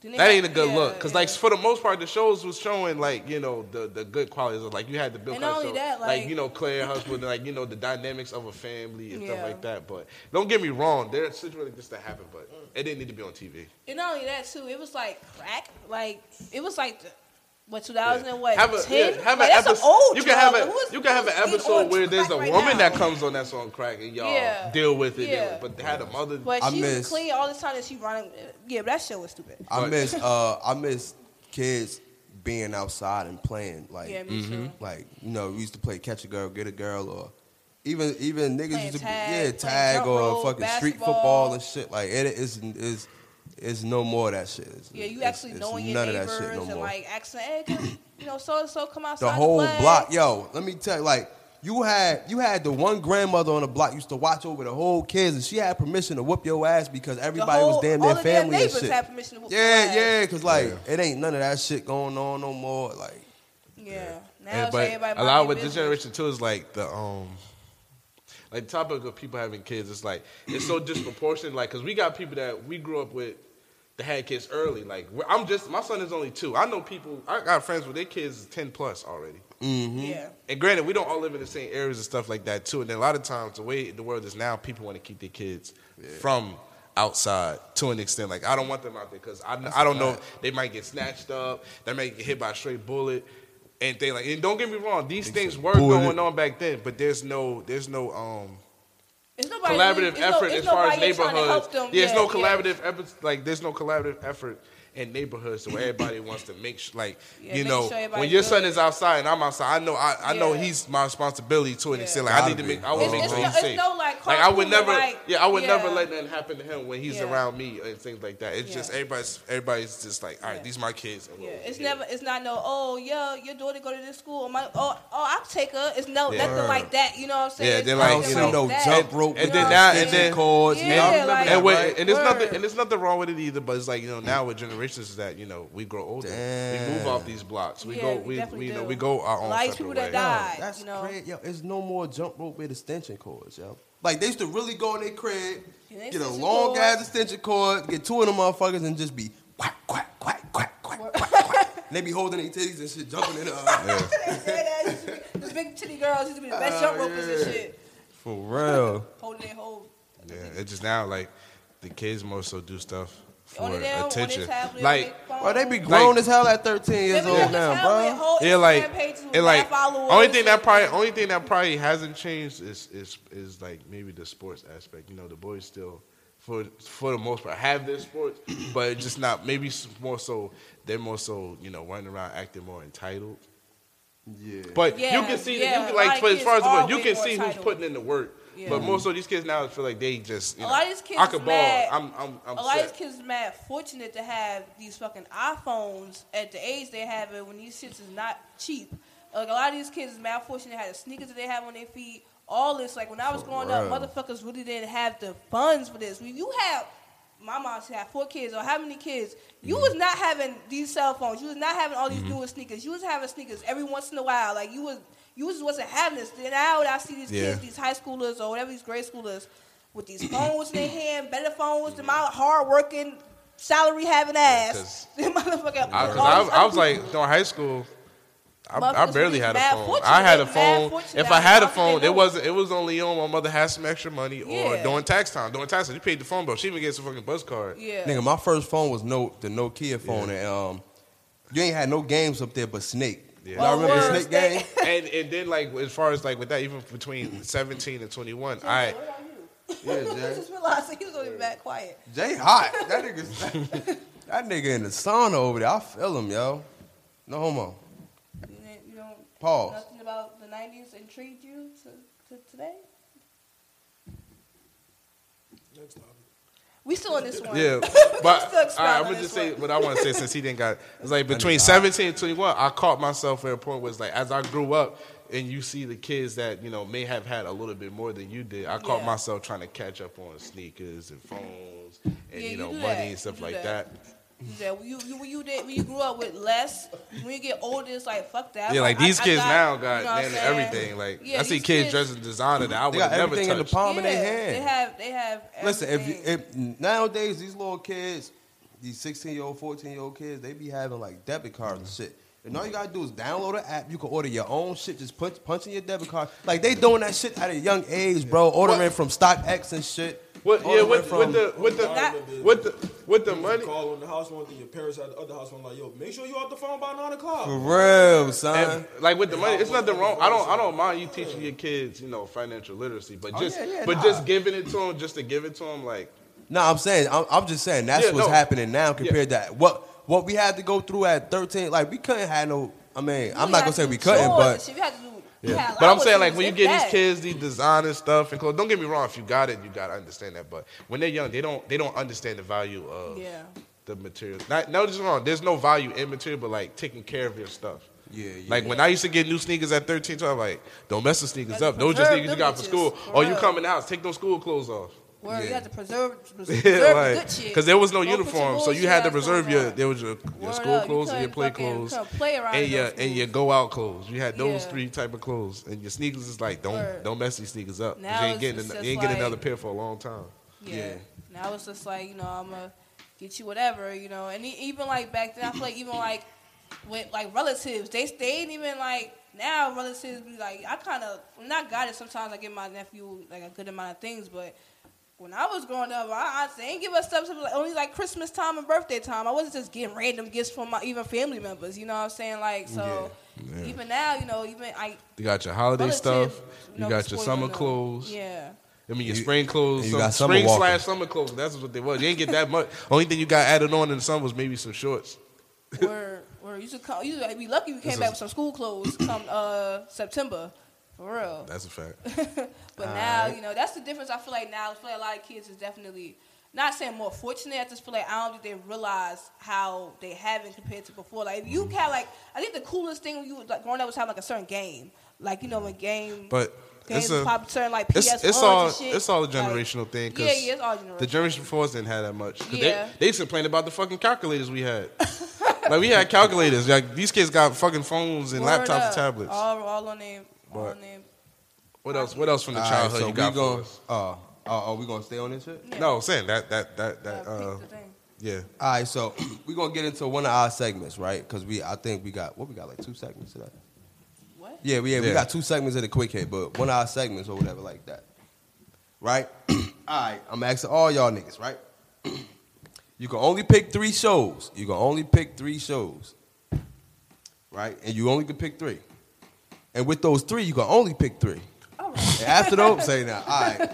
S4: Didn't
S2: that
S4: they
S2: ain't a
S4: have-
S2: good
S4: yeah,
S2: look because like
S4: yeah.
S2: for the most part the shows was showing like you know the the good qualities of like you had the Bill
S4: And
S2: Cosby
S4: not only
S2: show,
S4: that, like-
S2: you know Claire and husband like you know the dynamics of a family and
S4: Yeah.
S2: stuff like that but don't get me wrong they're situated just to happen but it didn't need to be on TV
S4: and not only that too, it was like crack. Like it was like the- what 2000 and what
S2: have a,
S4: 10?
S2: yeah, have
S4: like,
S2: an
S4: that's
S2: episode
S4: an old.
S2: you can have
S4: drama.
S2: a
S4: Who's-
S2: you can have an
S4: who's getting
S2: episode
S4: on
S2: where there's a
S4: crack right
S2: woman
S4: now?
S2: that comes on that's on crack and y'all
S4: Yeah.
S2: deal with it
S4: Yeah.
S2: but they had a mother
S4: But
S1: I
S4: she
S1: miss-
S4: was clean all the time that she running. Yeah, but that show was stupid.
S1: I
S2: But-
S1: miss uh I miss kids being outside and playing like
S4: Yeah, me too.
S1: like you know we used to play catch a girl get a girl or even even niggas
S4: Playing
S1: used to
S4: tag,
S1: yeah
S4: playing
S1: tag
S4: jump
S1: or
S4: rope,
S1: fucking street
S4: basketball.
S1: football and shit like it is is is no more of that shit. It's-
S4: Yeah, you
S1: it's-
S4: actually
S1: it's
S4: knowing your
S1: none of
S4: neighbors
S1: that shit no
S4: and
S1: more.
S4: like asking, hey, can- you know, so and so come outside.
S1: the
S4: to
S1: whole
S4: play."
S1: block. Yo, let me tell you, like you had you had the one grandmother on the block used to watch over the whole kids, and she had permission to whoop your ass because
S4: The
S1: everybody was
S4: whole-
S1: damn
S4: all
S1: near
S4: the
S1: family and
S4: neighbors
S1: shit.
S4: Had permission to whoop your
S1: yeah,
S4: ass.
S1: yeah, cause like it ain't none of that shit going on no more. Like
S4: Yeah. Now
S2: And-
S4: it's
S2: but
S4: everybody
S2: a lot
S4: mind
S2: with
S4: their
S2: this
S4: business.
S2: generation too is like the um, like the topic of people having kids. It's like it's so disproportionate. Like, cause we got people that we grew up with that had kids early. Like, we're- I'm just my son is only two. I know people. I got friends with their kids is ten plus already. hmm?
S4: Yeah.
S2: And granted, we don't all live in the same areas and stuff like that too. And then a lot of times, the way the world is now, people want to keep their kids from outside to an extent. Like I don't want them out there because I, I don't know they might get snatched up, they might get hit by a straight bullet, and they like. And don't get me wrong, these things were
S1: bullet.
S2: going on back then, but there's no there's no um
S4: It's nobody really-
S2: collaborative
S4: it's no-
S2: effort
S4: it's
S2: as far as
S4: nobody trying to
S2: neighborhoods.
S4: help
S2: Yeah,
S4: them.
S2: there's no
S4: yeah.
S2: collaborative efforts. Like there's no collaborative effort in neighborhoods where everybody wants to make sure, like
S4: Yeah,
S2: you
S4: making
S2: know,
S4: sure everybody
S2: when your son
S4: good.
S2: is outside and I'm outside, I know I, I know
S4: Yeah.
S2: he's my responsibility to an
S4: Yeah.
S2: extent. Like I
S1: Gotta
S2: need to
S1: be.
S2: make I would
S4: It's-
S2: make
S4: it's
S2: sure
S4: no-
S2: he's
S4: it's
S2: safe.
S4: no, like,
S2: I would
S4: carpooling,
S2: never,
S4: like-
S2: yeah, I would never
S4: yeah.
S2: let nothing happen to him when he's
S4: Yeah.
S2: around me and things like that. It's
S4: Yeah.
S2: just everybody's everybody's just like, all right,
S4: Yeah.
S2: these my kids. And
S4: Yeah,
S2: we're over
S4: it's
S2: here.
S4: never, it's not no. Oh, yeah, your daughter go to this school. Or my, oh, oh, I'll take her. It's no,
S2: Yeah.
S4: nothing like that. You know what I'm saying?
S2: Yeah,
S4: It's
S2: they're
S1: I
S2: like,
S1: don't
S4: nothing
S1: see
S2: you know,
S1: no
S4: that.
S1: jump rope,
S2: and
S1: no
S2: then now- and
S1: extension
S2: then-
S1: cords.
S4: Yeah,
S1: y'all remember
S4: like-
S1: that,
S2: and, wait,
S1: right?
S2: and it's nothing
S4: Word.
S2: and it's nothing wrong with it either but it's like you know now with generations is that you know we grow older,
S1: Damn.
S2: we move off these blocks, we
S4: Yeah,
S2: go,
S4: we
S2: we,
S4: definitely
S2: we, you know,
S4: do.
S2: we go our own
S4: Like
S2: separate
S4: people that
S2: way.
S1: Yo,
S4: died,
S1: that's
S4: you know?
S1: crazy. Yo, it's no more jump rope with extension cords, yo. Like they used to really go in their crib,
S4: Yeah, they
S1: get a
S4: extension
S1: long
S4: cords.
S1: ass extension cord, get two of them motherfuckers, and just be quack quack quack quack quack quack. quack. And they be holding their titties and shit, jumping in the uh,
S2: Yeah.
S4: Those big titty girls used to be the best jump
S1: Oh,
S4: ropers and
S1: yeah.
S4: shit.
S1: For real.
S4: Holding their whole.
S2: Yeah, it's just now like the kids more so do stuff
S4: On
S2: for
S4: their- on their
S2: attention.
S4: tablet, on
S2: Like
S4: their phone.
S1: Well, they be grown
S2: Like-
S1: as hell at 13 years
S4: They be
S1: old
S4: on the
S1: now,
S4: tablet,
S1: bro.
S4: whole
S2: yeah, like
S4: Instagram pages with
S2: it like
S4: mad followers
S2: only
S4: and
S2: thing that
S4: shit.
S2: probably only thing that probably hasn't changed is is is like maybe the sports aspect. You know, the boys still for for the most part have their sports, but it's just not maybe s- more so they're more so you know running around acting more entitled.
S1: Yeah.
S2: But
S4: Yeah,
S2: you can see
S4: yeah,
S2: that you can,
S4: a
S2: like
S4: lot of
S2: for, as
S4: kids
S2: far as the
S4: are
S2: boy, you
S4: way
S2: can
S4: more
S2: see who's
S4: entitled.
S2: putting in the work.
S4: Yeah.
S2: But more so these kids now feel like they just you
S4: A
S2: know,
S4: lot of these kids
S2: I could ball.
S4: mad-
S2: I'm I'm I'm
S4: a lot of
S2: set.
S4: these kids mad fortunate to have these fucking iPhones at the age they have it when these shits is not cheap. Like a lot of these kids is mad fortunate to have the sneakers that they have on their feet. All this, like when I was
S1: For
S4: growing
S1: real.
S4: up, motherfuckers really didn't have the funds for this. When you have my mom she had four kids or how many kids,
S2: Mm-hmm.
S4: you was not having these cell phones. You was not having all these newest sneakers. You was having sneakers every once in a while. Like you was you just wasn't having this. Then now I see these
S2: Yeah.
S4: kids, these high schoolers or whatever these grade schoolers with these phones in their hand, better phones than my hard working, salary having ass.
S2: I,
S4: motherfucker.
S2: 'cause
S4: all
S2: I-
S4: these
S2: I was
S4: other
S2: like
S4: people.
S2: during high school. I, I
S4: Motherfuckers
S2: barely
S4: be
S2: had a
S4: mad
S2: phone.
S4: fortunate.
S2: I had a
S4: Mad
S2: phone.
S4: fortunate.
S2: If I had a
S4: How could they
S2: phone,
S4: know?
S2: it wasn't. It was only on when my mother had some extra money or
S4: Yeah.
S2: during tax time. During tax time, you paid the phone bill. She even gets a fucking bus card.
S4: Yeah.
S1: Nigga, my first phone was no the Nokia phone, and um, you ain't had no games up there but Snake.
S2: Yeah.
S1: Y'all
S4: Oh,
S1: remember
S4: word,
S1: Snake game?
S2: And and then like as far as like with that, even between seventeen and twenty one, I
S4: What about you?
S1: Yeah,
S4: I
S1: Jay.
S4: just realized that he was gonna be back quiet.
S1: Jay hot. That nigga, that nigga in the sauna over there. I feel him, yo. No homo.
S4: You, didn't- you don't
S1: Pause.
S4: nothing about the nineties intrigued you to, to today? We still on this one.
S2: yeah.
S4: still
S2: But
S4: expound
S2: I'm
S4: on
S2: gonna
S4: this
S2: just say
S4: one.
S2: what I want to say since he didn't got. It's like between seventeen and twenty one, I caught myself at a point where it's like as I grew up. And you see the kids that you know may have had a little bit more than you did. I caught
S4: Yeah.
S2: myself trying to catch up on sneakers and phones and
S4: Yeah,
S2: you
S4: you
S2: know
S4: do
S2: money
S4: that.
S2: and stuff
S4: You do
S2: like that.
S4: that. Yeah, when you, you when you did when you grew up with less, when you get older, it's like fuck that. I'm
S2: Yeah, like these
S4: I- I
S2: kids
S4: got-
S2: now
S4: you
S2: got
S4: know what
S2: man,
S4: I'm saying?
S2: everything. Like
S4: Yeah,
S2: I see
S4: these
S2: kids dressed in designer that I
S1: They
S2: would
S1: got
S2: have never
S1: everything
S2: touched.
S1: in the palm of
S4: yeah,
S1: their hand.
S4: They have they have.
S1: Listen, if, you,
S4: everything.
S1: if nowadays these little kids, these 16 year old, 14 year old kids, they be having like debit cards and shit. And all you gotta do is download an app. You can order your own shit. Just punch, punch in your debit card. Like they doing that shit at a young age, bro. Ordering
S2: What-
S1: from StockX and shit.
S2: What, yeah,
S1: Ordering
S2: with,
S1: from-
S2: with the with the
S4: That-
S2: with the with the
S5: You
S2: money.
S5: Call on the house one thing. Your parents had the other house one. Like, yo, make sure you off the phone by nine o'clock.
S1: For real, son.
S2: And, like with the money, it's nothing wrong. I don't, I don't mind you teaching your kids, you know, financial literacy, but just,
S1: Oh, yeah, yeah,
S2: but
S1: nah.
S2: just giving it to them, just to give it to them, like
S1: No, I'm saying I'm, I'm just saying that's
S2: Yeah,
S1: what's
S2: no.
S1: happening now compared to what what we had to go through at 13. Like we couldn't have no. I mean, I'm
S4: You
S1: not
S4: had
S1: gonna
S4: to
S1: say
S4: do
S1: we couldn't,
S4: chores and
S1: but
S4: shit. You had to do- you had
S2: But I'm saying,
S4: allowances,
S2: like, when you
S4: if
S2: get
S4: that.
S2: these kids these designer stuff and clothes, don't get me wrong. If you got it, you gotta understand that. But when they're young, they don't they don't understand the value of
S4: Yeah.
S2: the material. Not, no, just wrong. There's no value in material, but like taking care of your stuff.
S1: Yeah, yeah.
S2: Like when I used to get new sneakers at 13, 12, like don't mess the sneakers
S4: Like,
S2: up. Those just
S4: preserve
S2: sneakers you
S4: them
S2: got for
S4: bitches,
S2: school.
S4: for
S2: or you
S4: real.
S2: come in the house, take those school clothes off.
S4: Where you
S1: Yeah.
S4: had to preserve, preserve the good shit.
S2: Because there was no
S4: Don't put your
S2: uniform, so you
S4: bullshit
S2: had to
S4: ass
S2: reserve
S4: on.
S2: your there was your, your
S4: Word
S2: school
S4: up, you
S2: clothes and your
S4: couldn't
S2: play
S4: fucking- you
S2: clothes
S4: couldn't play around
S2: and
S4: in
S2: your
S4: those
S2: and your
S4: schools.
S2: go out clothes. You had those
S4: Yeah.
S2: three type of clothes, and your sneakers is like don't
S4: Word.
S2: don't mess these sneakers up. 'cause
S4: Now
S2: you ain't
S4: it's-
S2: getting
S4: it's
S2: an-
S4: just
S2: you ain't getting
S4: like-
S2: another pair for a long time.
S4: Yeah.
S1: Yeah.
S4: Now it's just like, you know, I'm going to get you whatever, you know. And e- even like back then, I feel like even like with like relatives, they, they ain't even like, now relatives be like, I kind of, when I got it, sometimes I give my nephew like a good amount of things, but. When I was growing up, my aunts they ain't give us stuff till, like, only like Christmas time and birthday time. I wasn't just getting random gifts from my even family members. You know what I'm saying? Like so,
S2: Yeah.
S4: even now, you know, even I
S2: You got your holiday
S4: relatives,
S2: stuff. You
S4: know,
S2: got your
S4: spoiling
S2: summer
S4: them.
S2: clothes.
S4: Yeah,
S2: I mean your
S1: You-
S2: spring clothes.
S1: you
S2: some-
S1: got summer
S2: spring
S1: walking.
S2: slash summer clothes. That's what they was. You ain't get that much. Only thing you got added on in the summer was maybe some shorts.
S4: where where you should come, you should be lucky you came back with some school clothes come uh September, for real.
S2: That's a fact.
S4: But now you know that's the difference. I feel like now I feel like a lot of kids is definitely not saying more fortunate. I just feel like I don't think they realize how they haven't compared to before. Like if you
S2: Mm-hmm.
S4: had like I think the coolest thing when you was like growing up was having like a certain game, like you know a game.
S2: But
S4: Games
S2: it's a
S4: pop turn like PS
S2: it's, it's all it's all a generational thing. 'cause
S4: yeah, yeah, it's all generational.
S2: The generation before us didn't have that much. 'Cause
S4: Yeah.
S2: They, they complained about the fucking calculators we had. like we had calculators. Like these kids got fucking phones and
S4: Word
S2: laptops
S4: up.
S2: and tablets.
S4: All, all on their, all
S2: But-
S4: on their
S2: what else? What else from the
S1: All right,
S2: childhood
S1: so
S2: you got
S1: we
S2: for
S1: gonna,
S2: us?
S1: uh, uh, are we gonna stay on this shit?
S4: Yeah.
S2: No, I'm saying that that that that.
S4: yeah,
S2: Uh,
S4: peep the thing.
S2: yeah.
S1: All right, so we're gonna get into one of our segments, right? Because we, I think we got what we got like two segments today.
S4: What?
S1: Yeah, we, yeah, we
S2: Yeah.
S1: got two segments of the quick hit, but one of our segments or whatever like that, right? all right, I'm asking all y'all niggas, right? you can only pick three shows. You can only pick three shows, right? And you only can pick three. And with those three, you can only pick three.
S4: All right.
S1: And after those, say now, all right.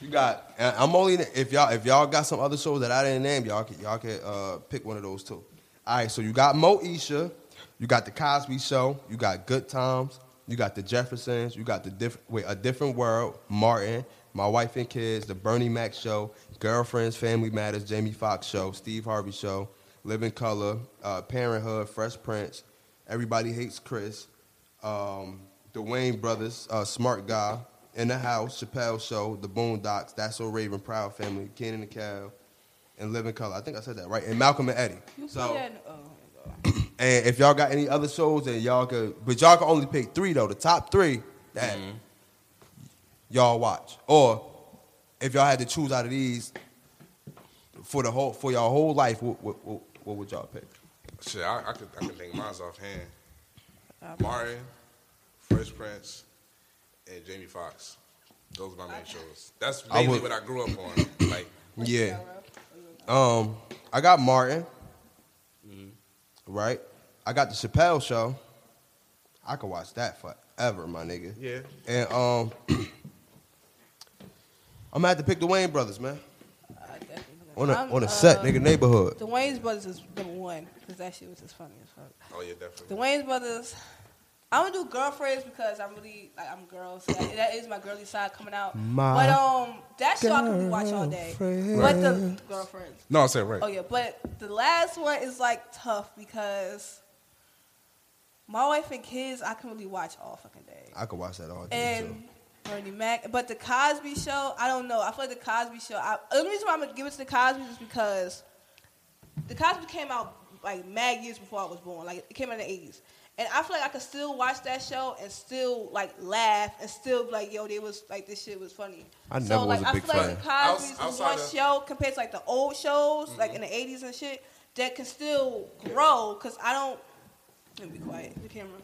S1: You got. and I'm only if y'all if y'all got some other shows that I didn't name, y'all can y'all can uh, pick one of those two. All right, so you got Mo Isha, you got the Cosby Show, you got Good Times, you got the Jeffersons, you got the diff- wait, a different world, Martin, my wife and kids, the Bernie Mac Show, Girlfriends, Family Matters, Jamie Foxx Show, Steve Harvey Show, Living Color, uh, Parenthood, Fresh Prince, Everybody Hates Chris, um, the Wayne Brothers, uh, Smart Guy, In the House, Chappelle Show, The Boondocks, That's So Raven, Proud Family, Ken and the Cow, and Living Color. I think I said that right. And Malcolm and Eddie.
S4: You
S1: So,
S4: put that in, oh, my God.
S1: and if y'all got any other shows, then y'all could, but y'all can only pick three though. The top three that y'all watch, or if y'all had to choose out of these for the whole for your whole life, what what, what, what would y'all pick?
S2: Shit, I, I could I could think mine's offhand.
S4: Uh,
S2: Martin, Fresh Prince, and Jamie Foxx. Those are my main shows. That's
S1: I
S2: mainly
S1: would-
S2: what I grew up on. Like
S1: Yeah. Um, I got Martin.
S4: Mm-hmm.
S1: Right. I got the Chappelle show. I could watch that forever, my nigga.
S2: Yeah.
S1: And um, I'm gonna have to pick the Wayne brothers, man.
S4: I definitely-
S1: On a
S4: I'm,
S1: on a set,
S4: uh,
S1: nigga, neighborhood.
S4: The Wayne's Brothers is number one because that shit was just funny as fuck.
S2: oh yeah,
S4: The
S2: definitely.
S4: Wayne's Brothers. I'm gonna do girlfriends because I'm really like I'm girls. So that, that is my girly side coming out.
S1: My
S4: but um, that show I could watch all day. But the girlfriends.
S2: No, I said right.
S4: Oh yeah, but the last one is like tough because my wife and kids I can really watch all fucking day.
S1: I could watch that all day. too.
S4: and Bernie Mac. But the Cosby Show, I don't know. I feel like the Cosby Show. I, the only reason why I'm gonna give it to the Cosby is because the Cosby came out like mad years before I was born. Like it came out in the '80s, and I feel like I could still watch that show and still like laugh and still be like, yo, they was like this shit was funny.
S1: I never was
S4: so, like,
S1: a
S4: I
S1: big
S4: feel like the Cosby's
S2: Outs-
S4: is
S2: outside
S4: one
S2: of- Mm-hmm.
S4: show compared to like the old shows, like in the '80s and shit, that can still grow. Cause I don't. Let me be quiet. The camera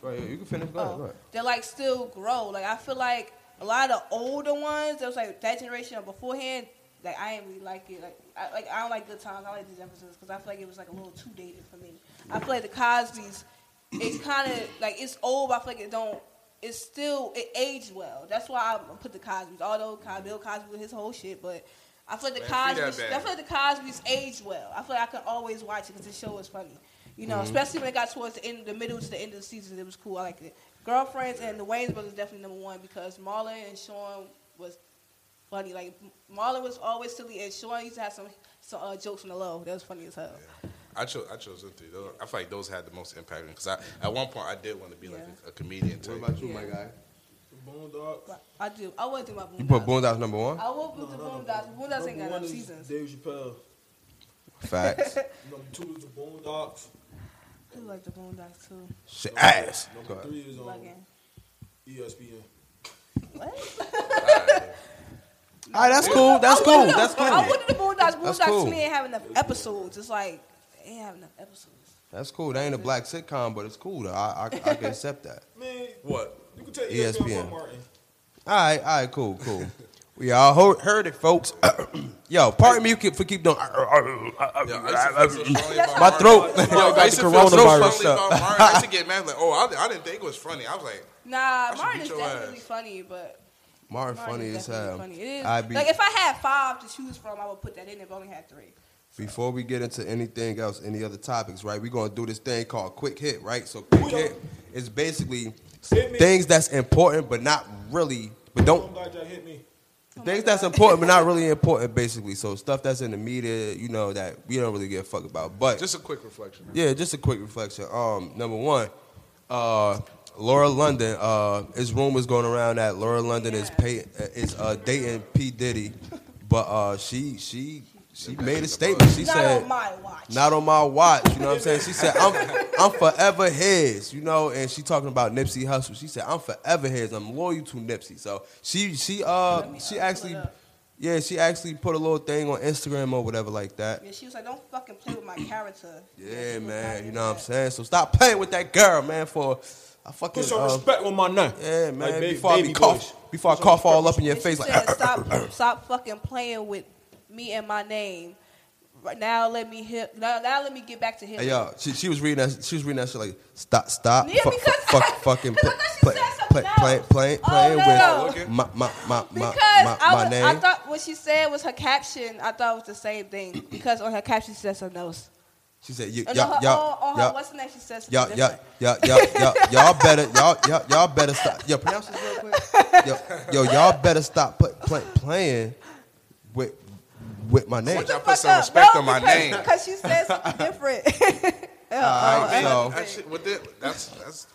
S1: Right, yeah, you can finish. Go ahead, go
S4: oh,
S1: ahead.
S4: that like still grow. Like I feel like a lot of the older ones, that was like that generation of beforehand. Like I ain't really like it. Like I like I don't like good times. I like the Jeffersons because I feel like it was like a little too dated for me. I feel like the Cosby's. It's kind of like it's old. But I feel like it don't. It's still it aged well. That's why I put the Cosby's. Although Cos- Bill Cosby with his whole shit, but. I feel like the
S2: Man, free that
S4: Cosby's. I
S2: bag.
S4: feel like the Cosby's aged well. I feel like I can always watch it because the show is funny. You
S1: Mm-hmm.
S4: know, especially when it got towards the end, the middle to the end of the season, it was cool. I liked it. Girlfriends and the Wayne's brothers definitely number one because Marlon and Sean was funny. Like Marlon was always silly, and Sean used to have some some uh, jokes from the low. That was funny as hell.
S2: I chose I chose them three. Those, I feel like those had the most impact because I at one point I did want to be like
S4: Yeah.
S2: a, a comedian. Type.
S1: What about you,
S4: Yeah.
S1: my guy?
S5: Boondocks.
S4: But I do. I would do my boondocks.
S1: You put Boondocks number one.
S4: I will put the boondocks. Boondocks ain't
S5: Number one
S4: got enough
S5: is
S4: seasons.
S5: Dave Chappelle.
S3: uh,
S1: Facts.
S5: Number two is the Boondocks.
S4: I do like the boondocks too.
S1: Shit, ass. Go
S5: Number
S1: ahead.
S5: three is um,
S4: Bugging.
S3: E
S5: ESPN.
S4: What?
S1: All right, that's cool. That's
S4: I
S1: cool.
S4: wanted the-
S1: That's
S4: I
S1: cool.
S4: wanted the boondocks.
S1: That's
S4: Boondocks
S1: cool.
S4: to me ain't have enough episodes. It's like they ain't have enough episodes.
S1: That's cool. That ain't a black sitcom, but it's cool. Though. I, I I can accept that.
S5: Man,
S2: What?
S5: you can take
S3: E
S5: ESPN,
S1: ESPN.
S2: E
S5: ESPN. Martin.
S1: All right, all right, cool, cool. We all ho- heard it, folks. Yo, pardon me you keep- for keep doing. uh,
S2: Yeah, I used to feel so strongly about
S1: My
S2: Martin.
S1: throat.
S2: Yo,
S1: Yo,
S2: I
S1: got
S2: used
S1: the
S2: to feel so strongly
S1: coronavirus
S2: about
S1: up.
S2: Martin. I used to get mad like, oh, I, I didn't think it was funny. I was like,
S4: Nah,
S2: should
S4: Martin
S2: beat
S4: is
S2: your
S4: definitely
S2: ass.
S4: funny, but
S1: Martin
S4: Martin
S1: funny
S4: is
S1: as hell.
S4: definitely funny. It is.
S1: I be,
S4: like if I had five to choose from, I would put that in. If I only had three,
S1: before we get into anything else, any other topics, right? We're gonna do this thing called quick hit, right? So quick hit is basically
S5: Hit me.
S1: things that's important but not really, but don't
S5: Boondocks that hit me.
S1: Things that's important, but not really important, basically. So stuff that's in the media, you know, that we don't really give a fuck about. But
S2: just a quick reflection.
S1: yeah, just a quick reflection. Um, number one, uh, Laura London, uh, it's rumors going around that Laura London is pay, is uh, dating P Diddy, but uh, she she she made a statement. She
S4: Not
S1: said,
S4: on my watch.
S1: "Not on my watch." You know what I'm saying? She said, "I'm I'm forever his." You know, and she talking about Nipsey Hussle. She said, "I'm forever his. I'm loyal to Nipsey." So she she uh she actually yeah she actually put a little thing on Instagram or whatever like that.
S4: Yeah, she was like, "Don't fucking play with my character."
S1: Yeah, man. You know what I'm saying? So stop playing with that girl, man. For I fucking
S3: Put some
S1: uh,
S3: respect on my name.
S1: yeah, man.
S3: Like, ba-
S1: before I be
S3: baby voice.
S1: cough, before I cough all up in your
S4: And she
S1: face, like
S4: said, "Stop, stop fucking playing with me and my name." Right now, let me hit. Now, now let me get back to him.
S1: hey, yo, she, she was reading that. She was reading that shit like stop, stop,
S4: Yeah,
S1: fu- fu-
S4: because-
S1: fuck, fucking,
S4: because
S1: play,
S4: I thought
S1: play,
S4: she said something
S1: play,
S4: else.
S1: play, play,
S4: Oh,
S1: playing
S4: no.
S1: with my my my my,
S4: Because
S1: my,
S4: I,
S1: my
S4: was,
S1: name.
S4: I thought what she said was her caption. I thought it was the same thing because on her caption she said something else.
S1: she said, y-
S4: And on
S1: y'all,
S4: her,
S1: y'all,
S4: on, on her
S1: y'all,
S4: what's the name she said something
S1: y'all,
S4: different.
S1: y'all, y'all, y'all, y'all, y'all better, y'all, y'all, y'all better stop. Yo, pronounce this real quick. Yo, yo, y'all better stop pl- play, playing with with my name.
S2: What y'all
S4: The
S2: put
S4: fuck
S2: some
S4: up.
S2: respect
S4: No,
S2: on my
S4: because-
S2: name.
S4: because she said something different. Yeah,
S1: All
S4: oh,
S1: right,
S4: oh,
S1: so-
S4: okay.
S2: Actually, with it, that's that's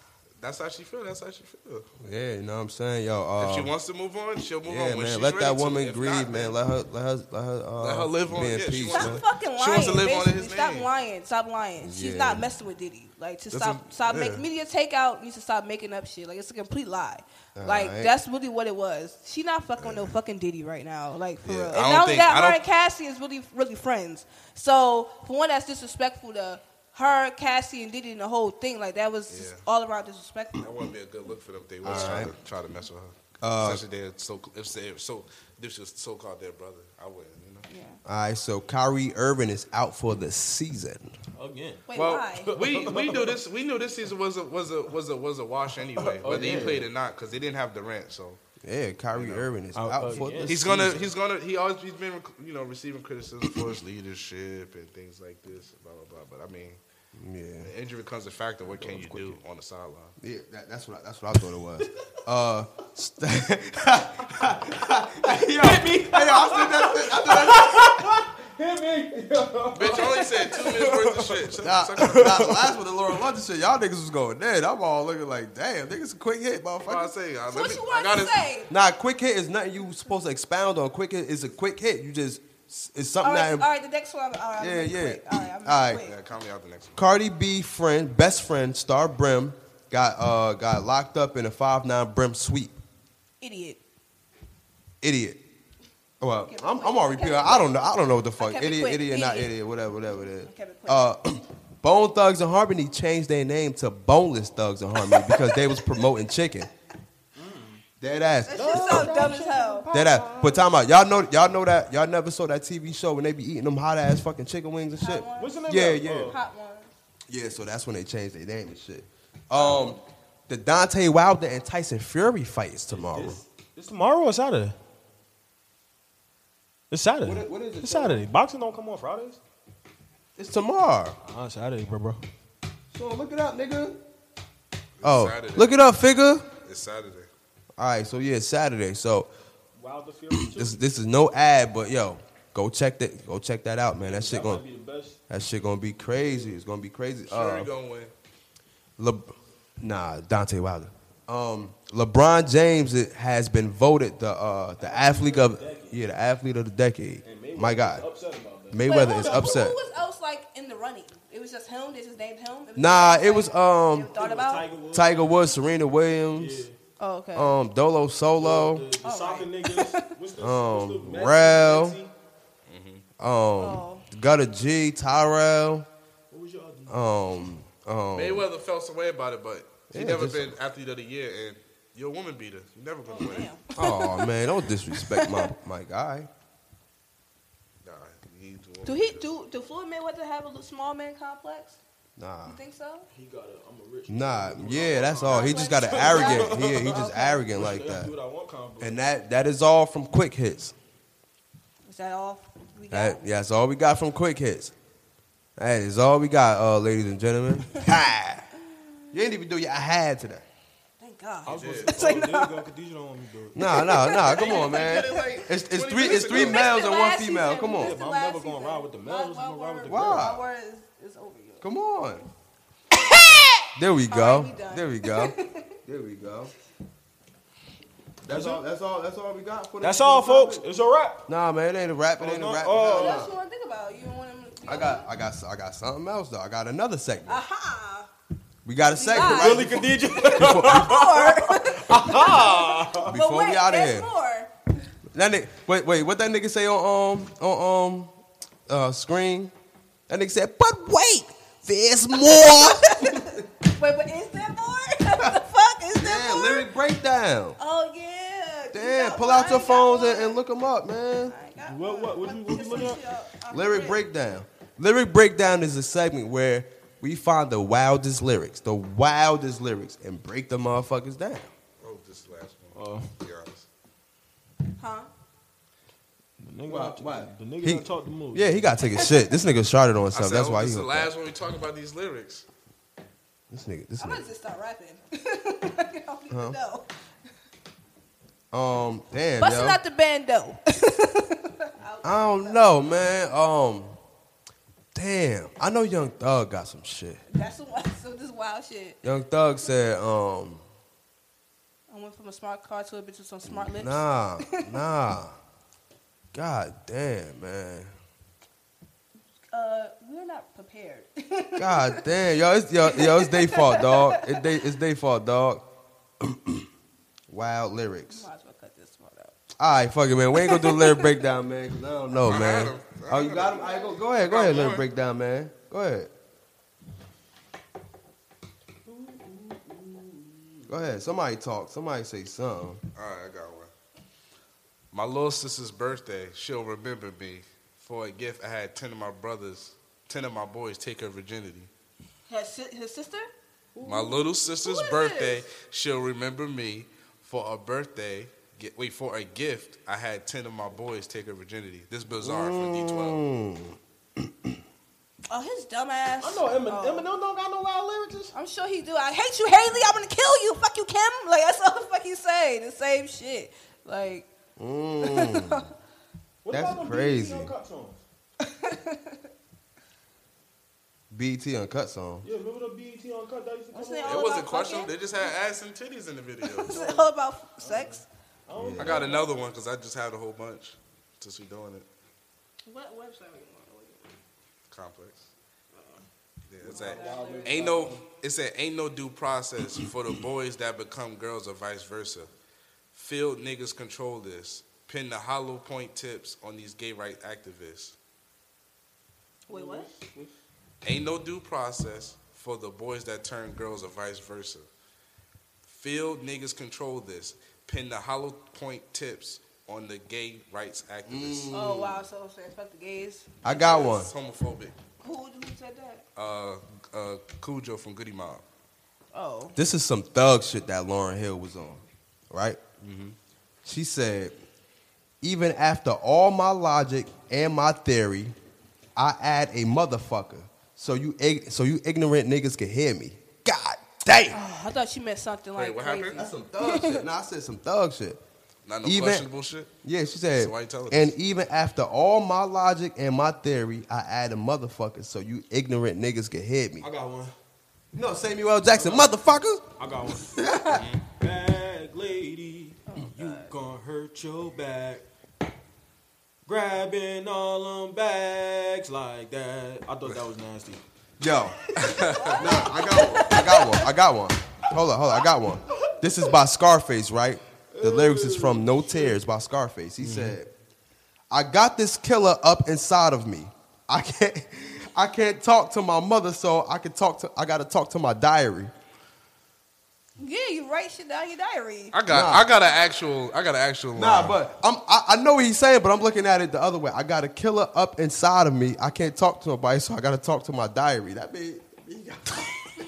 S2: that's how she feel. That's how she feel.
S1: Yeah, you know what I'm saying, yo. Uh,
S2: If she wants to move on, she'll move on.
S1: Yeah,
S2: When
S1: man.
S2: she's
S1: Let that
S2: ready to.
S1: woman
S2: If
S1: grieve,
S2: not,
S1: man. Let her, let her, let her, uh,
S2: Let her live on.
S1: Be in
S2: Yeah, she
S1: peace,
S2: wants
S1: man.
S4: Stop fucking lying.
S2: She wants to live on
S4: basically.
S2: his
S4: Stop
S2: name.
S4: lying. Stop lying. She's
S1: Yeah.
S4: not messing with Diddy. Like to
S2: That's
S4: stop,
S2: a-
S4: stop
S2: yeah.
S4: make media takeout needs to stop making up shit. Like it's a complete lie. like
S1: Alright.
S4: that's really what it was. She not fucking with no fucking Diddy right now. Like for
S2: Yeah,
S4: real.
S2: I
S4: And
S2: don't
S4: not only
S2: think- I
S4: that, her
S2: don't-
S4: and Cassie is really really friends. So for one, that's disrespectful to her, Cassie, and Diddy, and the whole thing. Like that was just
S2: Yeah.
S4: all around disrespectful.
S2: That wouldn't be a good look for them. if They was
S1: All
S2: trying to
S1: right.
S2: try to mess with her.
S1: Uh,
S2: Especially they're so if they're so this was so called their brother. I wouldn't. You know.
S4: Yeah.
S1: All right, so Kyrie Irving is out for the season.
S3: Again.
S4: Wait, why?
S2: Well, we we knew this. We knew this season was a was a was a was a wash anyway. Whether he played or not, because they didn't have Durant, so
S1: Yeah, Kyrie Irving is out,
S3: Out- uh,
S1: for
S3: yeah.
S1: the
S2: he's gonna he's gonna he always he's been you know receiving criticism for his leadership and things like this, blah blah blah. But I mean,
S1: yeah.
S2: the injury becomes a factor. What can you do on the sideline?
S1: Yeah, that, that's what I, that's what I thought it was. uh, st- yo, me. Hey, yo, I said that. shit- I said that
S2: Bitch, I only said two minutes worth of shit. Shut
S1: Nah,
S2: up, suck
S1: nah,
S2: up.
S1: last with the Laura London shit, y'all niggas was going dead. I'm all looking like, damn, niggas a quick hit,
S2: That's what I
S1: motherfucker.
S2: say. uh, I,
S4: So what you
S2: I
S4: want
S2: gotta-
S4: to say?
S1: Nah, quick hit is nothing you supposed to expound on. Quick hit is a quick hit. You just it's something
S4: All right, all
S1: that
S4: right. The next one. All right, I'm
S1: Yeah,
S4: gonna
S1: yeah.
S4: quit. All right, I'm
S1: All right.
S4: gonna quit.
S2: Yeah, call me out the next one.
S1: Cardi B friend, best friend, Star Brim, got uh got locked up in a five nine Brim sweep.
S4: Idiot.
S1: Idiot. Well, I'm, I'm already pure. I don't know. I don't know what the fuck.
S4: Okay, we
S1: Idiot,
S4: quit.
S1: idiot, not
S4: Idiot.
S1: idiot, whatever, whatever it is.
S4: Okay, we quit.
S1: Uh, Bone Thugs and Harmony changed their name to Boneless Thugs and Harmony because they was promoting chicken. Dead ass.
S4: Mm. That shit so dumb as hell.
S1: That ass. But time out. Y'all know y'all know that y'all never saw that TV show when they be eating them hot ass fucking chicken wings and shit.
S4: Hot
S3: What's the
S4: ones.
S3: name
S1: Yeah,
S3: of that?
S1: yeah.
S3: Uh,
S4: Hot ones.
S1: Yeah, so that's when they changed their name and shit. Um, the Dante Wilder and Tyson Fury fight is tomorrow.
S3: It's tomorrow or Saturday? It's Saturday.
S1: What i- what is it,
S3: it's
S1: though?
S3: Saturday. Boxing don't come on Fridays.
S1: It's tomorrow.
S3: Ah, it's Saturday, bro, bro.
S1: So look it up, nigga. Oh,
S2: Saturday.
S1: look it up, figure.
S2: It's Saturday.
S1: All right, so yeah, it's Saturday. So
S3: Wilder Fury too.
S1: this this is no ad, but yo, go check that go check that out, man. That shit
S3: might
S1: going
S3: be the best.
S1: that shit gonna be crazy. It's gonna be crazy.
S2: Sure,
S1: Uh,
S2: you gonna win.
S1: Le- nah, Dante Wilder. Um, LeBron James i- has been voted the uh, the athlete of yeah the athlete of the decade. My God,
S3: Upset about that.
S4: Wait,
S1: Mayweather
S4: hold
S1: is
S4: on, who-
S1: upset.
S4: Who was else like in the running? It was just him. They just named him.
S1: Nah, it
S4: like,
S1: was, um,
S4: they Thought about.
S3: Tiger Woods,
S1: Tiger Woods, Serena Williams,
S4: Oh, okay.
S1: um, Dolo Solo,
S3: the, the
S4: All
S3: soccer niggas. What's the,
S1: Um,
S3: what's the Messi,
S1: Rel.
S3: Messi?
S1: um, Gutter G, Tyrell,
S3: What was your other?
S1: um, um,
S2: Mayweather felt some way about it, but he
S1: Yeah,
S2: never
S1: just-
S2: been athlete of the year, and you're a woman beater. You're never gonna
S4: Oh,
S2: win.
S4: damn.
S1: oh man, don't disrespect my my guy.
S2: Nah, he's the woman
S4: Do he
S2: beater.
S4: do? Do Floyd Mayweather have a little small man complex?
S1: Nah,
S4: You think so?
S3: He got a. I'm a rich.
S1: nah, yeah, that's all. He just got an arrogant. Yeah, he just arrogant like
S3: I
S1: that.
S3: do what I want combo.
S1: And that that is all from quick hits.
S4: Is that all we got?
S1: That, yeah, that's all we got from Quick Hits. That is all we got, uh, ladies and gentlemen. ha! You ain't even do your I had today.
S4: Thank
S3: I
S4: God.
S3: was supposed
S2: Yeah.
S3: to say, oh, there you go, Khadijah don't want me to do it.
S1: Nah, nah, nah. Come on, man. It's, it's three it's three males and one female. Come on,
S3: but I'm never gonna ride with the males, I'm gonna ride with the
S1: Why?
S4: My word is, is over. Yo.
S1: come on. There we
S4: All
S1: go.
S4: right, we done.
S1: There we go. There we go. That's all. That's all. That's all we got for. the-
S3: That's all,
S1: for the
S3: folks.
S1: topic.
S3: It's a wrap.
S1: Nah, man, it ain't a rap. It ain't a
S3: no?
S1: rap.
S3: Oh.
S1: Nah,
S4: What
S1: nah.
S4: else you want to think about? You don't want to.
S1: I got, I got, I got something else though. I got another segment.
S4: Aha.
S1: We got a segment
S4: got-
S1: right
S3: Billy Khadija.
S1: before,
S4: But wait,
S1: we out of
S4: there's
S1: here.
S4: more.
S1: That nigga, wait, wait, what that nigga say on um on um uh screen? That nigga said, but wait, there's more.
S4: Wait, but is there more? what the fuck is there
S1: Damn,
S4: more?
S1: lyric breakdown.
S4: Oh yeah.
S1: Damn,
S4: No,
S1: pull
S4: I
S1: out your
S4: ain't got
S1: phones
S4: one.
S1: and, and look them up, man.
S4: I ain't got
S3: What-
S4: one.
S3: what- what you- what you
S4: Just
S3: looking
S4: some shit up off the
S1: Lyric
S4: rip.
S1: breakdown. Lyric breakdown is a segment where we find the wildest lyrics, the wildest lyrics, and break the motherfuckers down.
S2: Oh, this is the last one. to be honest.
S4: Huh?
S3: The nigga
S1: Why-
S3: not-
S1: why?
S3: The nigga
S1: He-
S3: not talk the movie.
S1: Yeah, he got to take a shit. This nigga started on
S2: I
S1: something.
S2: said,
S1: That's
S2: oh,
S1: why he.
S2: this is the
S1: hooked up.
S2: last one we talk about these lyrics.
S1: This nigga. This
S4: I'm gonna
S1: nigga.
S4: just start rapping. I don't even know.
S1: Um, damn,
S4: Busting
S1: yo.
S4: out the bando.
S1: I don't know, man. Um, damn. I know Young Thug got some shit.
S4: That's some, some this wild shit.
S1: Young Thug said, um,
S4: I went from a smart car to a bitch with some smart lips.
S1: nah, nah. God damn, man.
S4: Uh, we're not prepared.
S1: God damn, yo, it's yo, yo, it's they fault, dog. It they, it's they fault, dog. Wild lyrics.
S4: Might as well cut this part out.
S1: All right, fuck it, man. We ain't gonna do the lyric breakdown, man. 'cause I don't know,
S2: I
S1: man.
S2: had 'em. I
S1: Oh, you
S2: had
S1: got
S2: 'em.
S1: him. All right, go, go ahead, go ahead,
S2: Got
S1: lyric
S2: one.
S1: breakdown, man. Go ahead. Go ahead. Somebody talk. Somebody say something.
S2: All right, I got one. My little sister's birthday, she'll remember me. For a gift, I had 10 of my brothers, 10 of my boys take her virginity.
S4: His, si- his sister?
S2: My little sister's
S4: Who is
S2: birthday, she'll remember me. For a birthday, get, wait, for a gift, I had 10 of my boys take her virginity. This bizarre from D12.
S1: Mm.
S4: Oh, his dumb ass.
S3: I know Eminem,
S4: Oh.
S3: Eminem don't got no wild lyrics.
S4: I'm sure he do. I hate you, Haley. I'm gonna kill you. Fuck you, Kim. Like that's all the fuck he say. The same shit. Like
S1: Mm.
S3: What
S1: That's
S3: about them
S1: crazy.
S3: BET uncut songs?
S1: BT uncut song.
S3: Yeah, remember the BET uncut that used to come
S4: What's that?
S3: on?
S4: All
S2: It wasn't
S4: about
S2: questionable.
S4: fucking?
S2: They just had ass and titties in the video.
S4: it's all about sex.
S3: I don't
S2: I got another one because I just had a whole bunch since we doing it.
S4: What website are you Uh-huh.
S2: Complex. Yeah, it's that ain't no it said ain't no due process for the boys that become girls or vice versa. Field niggas control this. Pin the hollow point tips on these gay rights activists.
S4: Wait, what?
S2: Ain't no due process for the boys that turn girls or vice versa. Field niggas control this. Pin the hollow point tips on the gay rights activists.
S4: Oh wow, so saying fuck the gays.
S1: I got one.
S2: It's homophobic.
S4: Who who said that?
S2: Uh, uh, Cujo from Goody Mob.
S4: Oh.
S1: This is some thug shit that Lauren Hill was on, right?
S2: Mm-hmm.
S1: She said, even after all my logic and my theory, I add a motherfucker so you ig- so you ignorant niggas can hear me. God
S2: Oh.
S1: damn.
S4: I thought you meant something
S2: Wait,
S4: like
S2: what
S4: crazy.
S2: happened?
S1: That's some thug shit. Nah, I said some thug shit.
S2: Not no
S1: Even-
S2: questionable shit.
S1: Yeah, she said.
S2: So why you telling
S1: and
S2: us?
S1: even after all my logic and my theory, I add a motherfucker so you ignorant niggas can hear me.
S3: I got one.
S1: No, Samuel L. Jackson, motherfucker.
S3: I got one. back lady, you gonna hurt your back. Grabbing all them bags like that. I thought that was nasty.
S1: Yo, nah, I got one. I got one. I got one. Hold on, hold on. I got one. This is by Scarface, right? The lyrics is from No Tears by Scarface. He said, "I got this killer up inside of me. I can't, I can't talk to my mother, so I can talk to. I gotta talk to my diary.
S4: Yeah, you write shit down in your diary.
S2: I got
S1: Nah.
S2: I got an actual I got an actual
S1: Nah,
S2: line.
S1: but I'm, I, I know what he's saying, but I'm looking at it the other way. I got a killer up inside of me. I can't talk to nobody, so I gotta talk to my diary. That means he,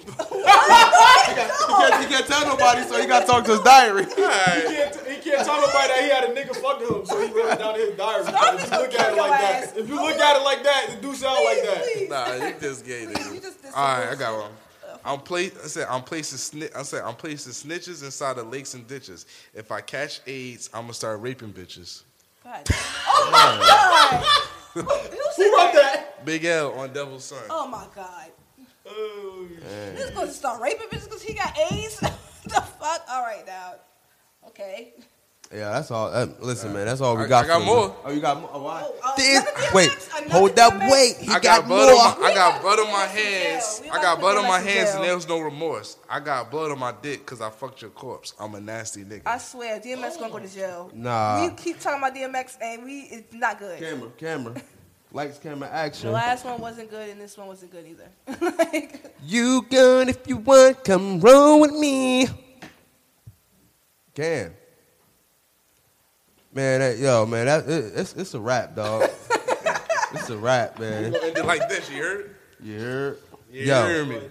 S1: got, he, can't, he can't tell nobody, so he gotta talk to his diary.
S3: He can't, he can't tell nobody that he had a nigga fucking him, so he wrote it down in his diary.
S4: Scarface
S3: If you look at it like that, if
S4: gonna kill your ass.
S3: you look at it like that, it do sound like that.
S4: Please,
S2: Nah, you just gay nigga.
S4: You just did
S2: All right, I
S4: some
S2: got one. I'm place. I said I'm placing. Sni- I said I'm placing snitches inside of lakes and ditches. If I catch AIDS, I'm gonna start raping bitches.
S4: God. Oh my god. Who, said
S3: Who wrote that?
S2: Big L on Devil's Son.
S4: Oh my god. This is gonna start raping bitches because he got AIDS. the fuck? All right now. Okay.
S1: Yeah, that's all. uh, listen, man, that's all we
S2: I-
S1: got.
S2: I got
S1: for
S2: more.
S1: You. Oh, you got more. Oh, I,
S4: Oh, uh,
S1: This-
S4: another DMX,
S1: wait,
S4: another
S1: hold up,
S4: DMX.
S1: wait. He
S2: I
S1: got,
S2: got
S1: more.
S2: blood. On my, I
S4: We
S2: got
S4: about
S2: blood
S4: to
S2: on my
S4: put him in
S2: hands.
S4: jail. We
S2: I
S4: about
S2: got
S4: to
S2: blood
S4: put
S2: on
S4: him
S2: my
S4: in
S2: hands, and
S4: jail.
S2: there was no remorse. I got blood on my dick because I fucked your corpse. I'm a nasty nigga.
S4: I swear, DMX gonna go to jail.
S1: Nah.
S4: We keep talking about DMX and we it's not good.
S1: Camera, camera. Lights, camera, action.
S4: The last one wasn't good and this one wasn't good either. like,
S1: You good if you want, come roll with me. Cam. Man, that, yo, man, that it, it's it's a rap, dog. it's a rap, man.
S2: Ended like this, you heard?
S1: You heard?
S2: You
S1: Yo,
S2: hear me?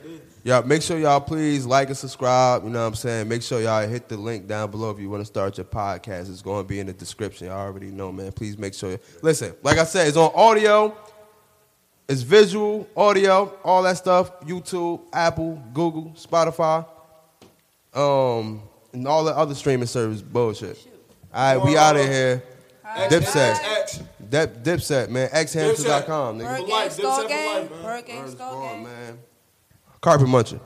S1: y'all, make sure y'all please like and subscribe. You know what I'm saying? Make sure y'all hit the link down below if you want to start your podcast. It's going to be in the description. Y'all already know, man. Please make sure. Listen, like I said, it's on audio, it's visual, audio, all that stuff. YouTube, Apple, Google, Spotify, um, and all the other streaming service bullshit. All right, we out of here. Dipset.
S3: X.
S1: Dip, dipset, man. Xhamster.com, nigga.
S3: life,
S4: Word gang,
S3: this
S4: skull
S3: is for
S4: gang.
S3: life, man.
S4: Word gang,
S1: Word is
S4: skull
S1: born,
S4: gang.
S1: man. Carpet muncher.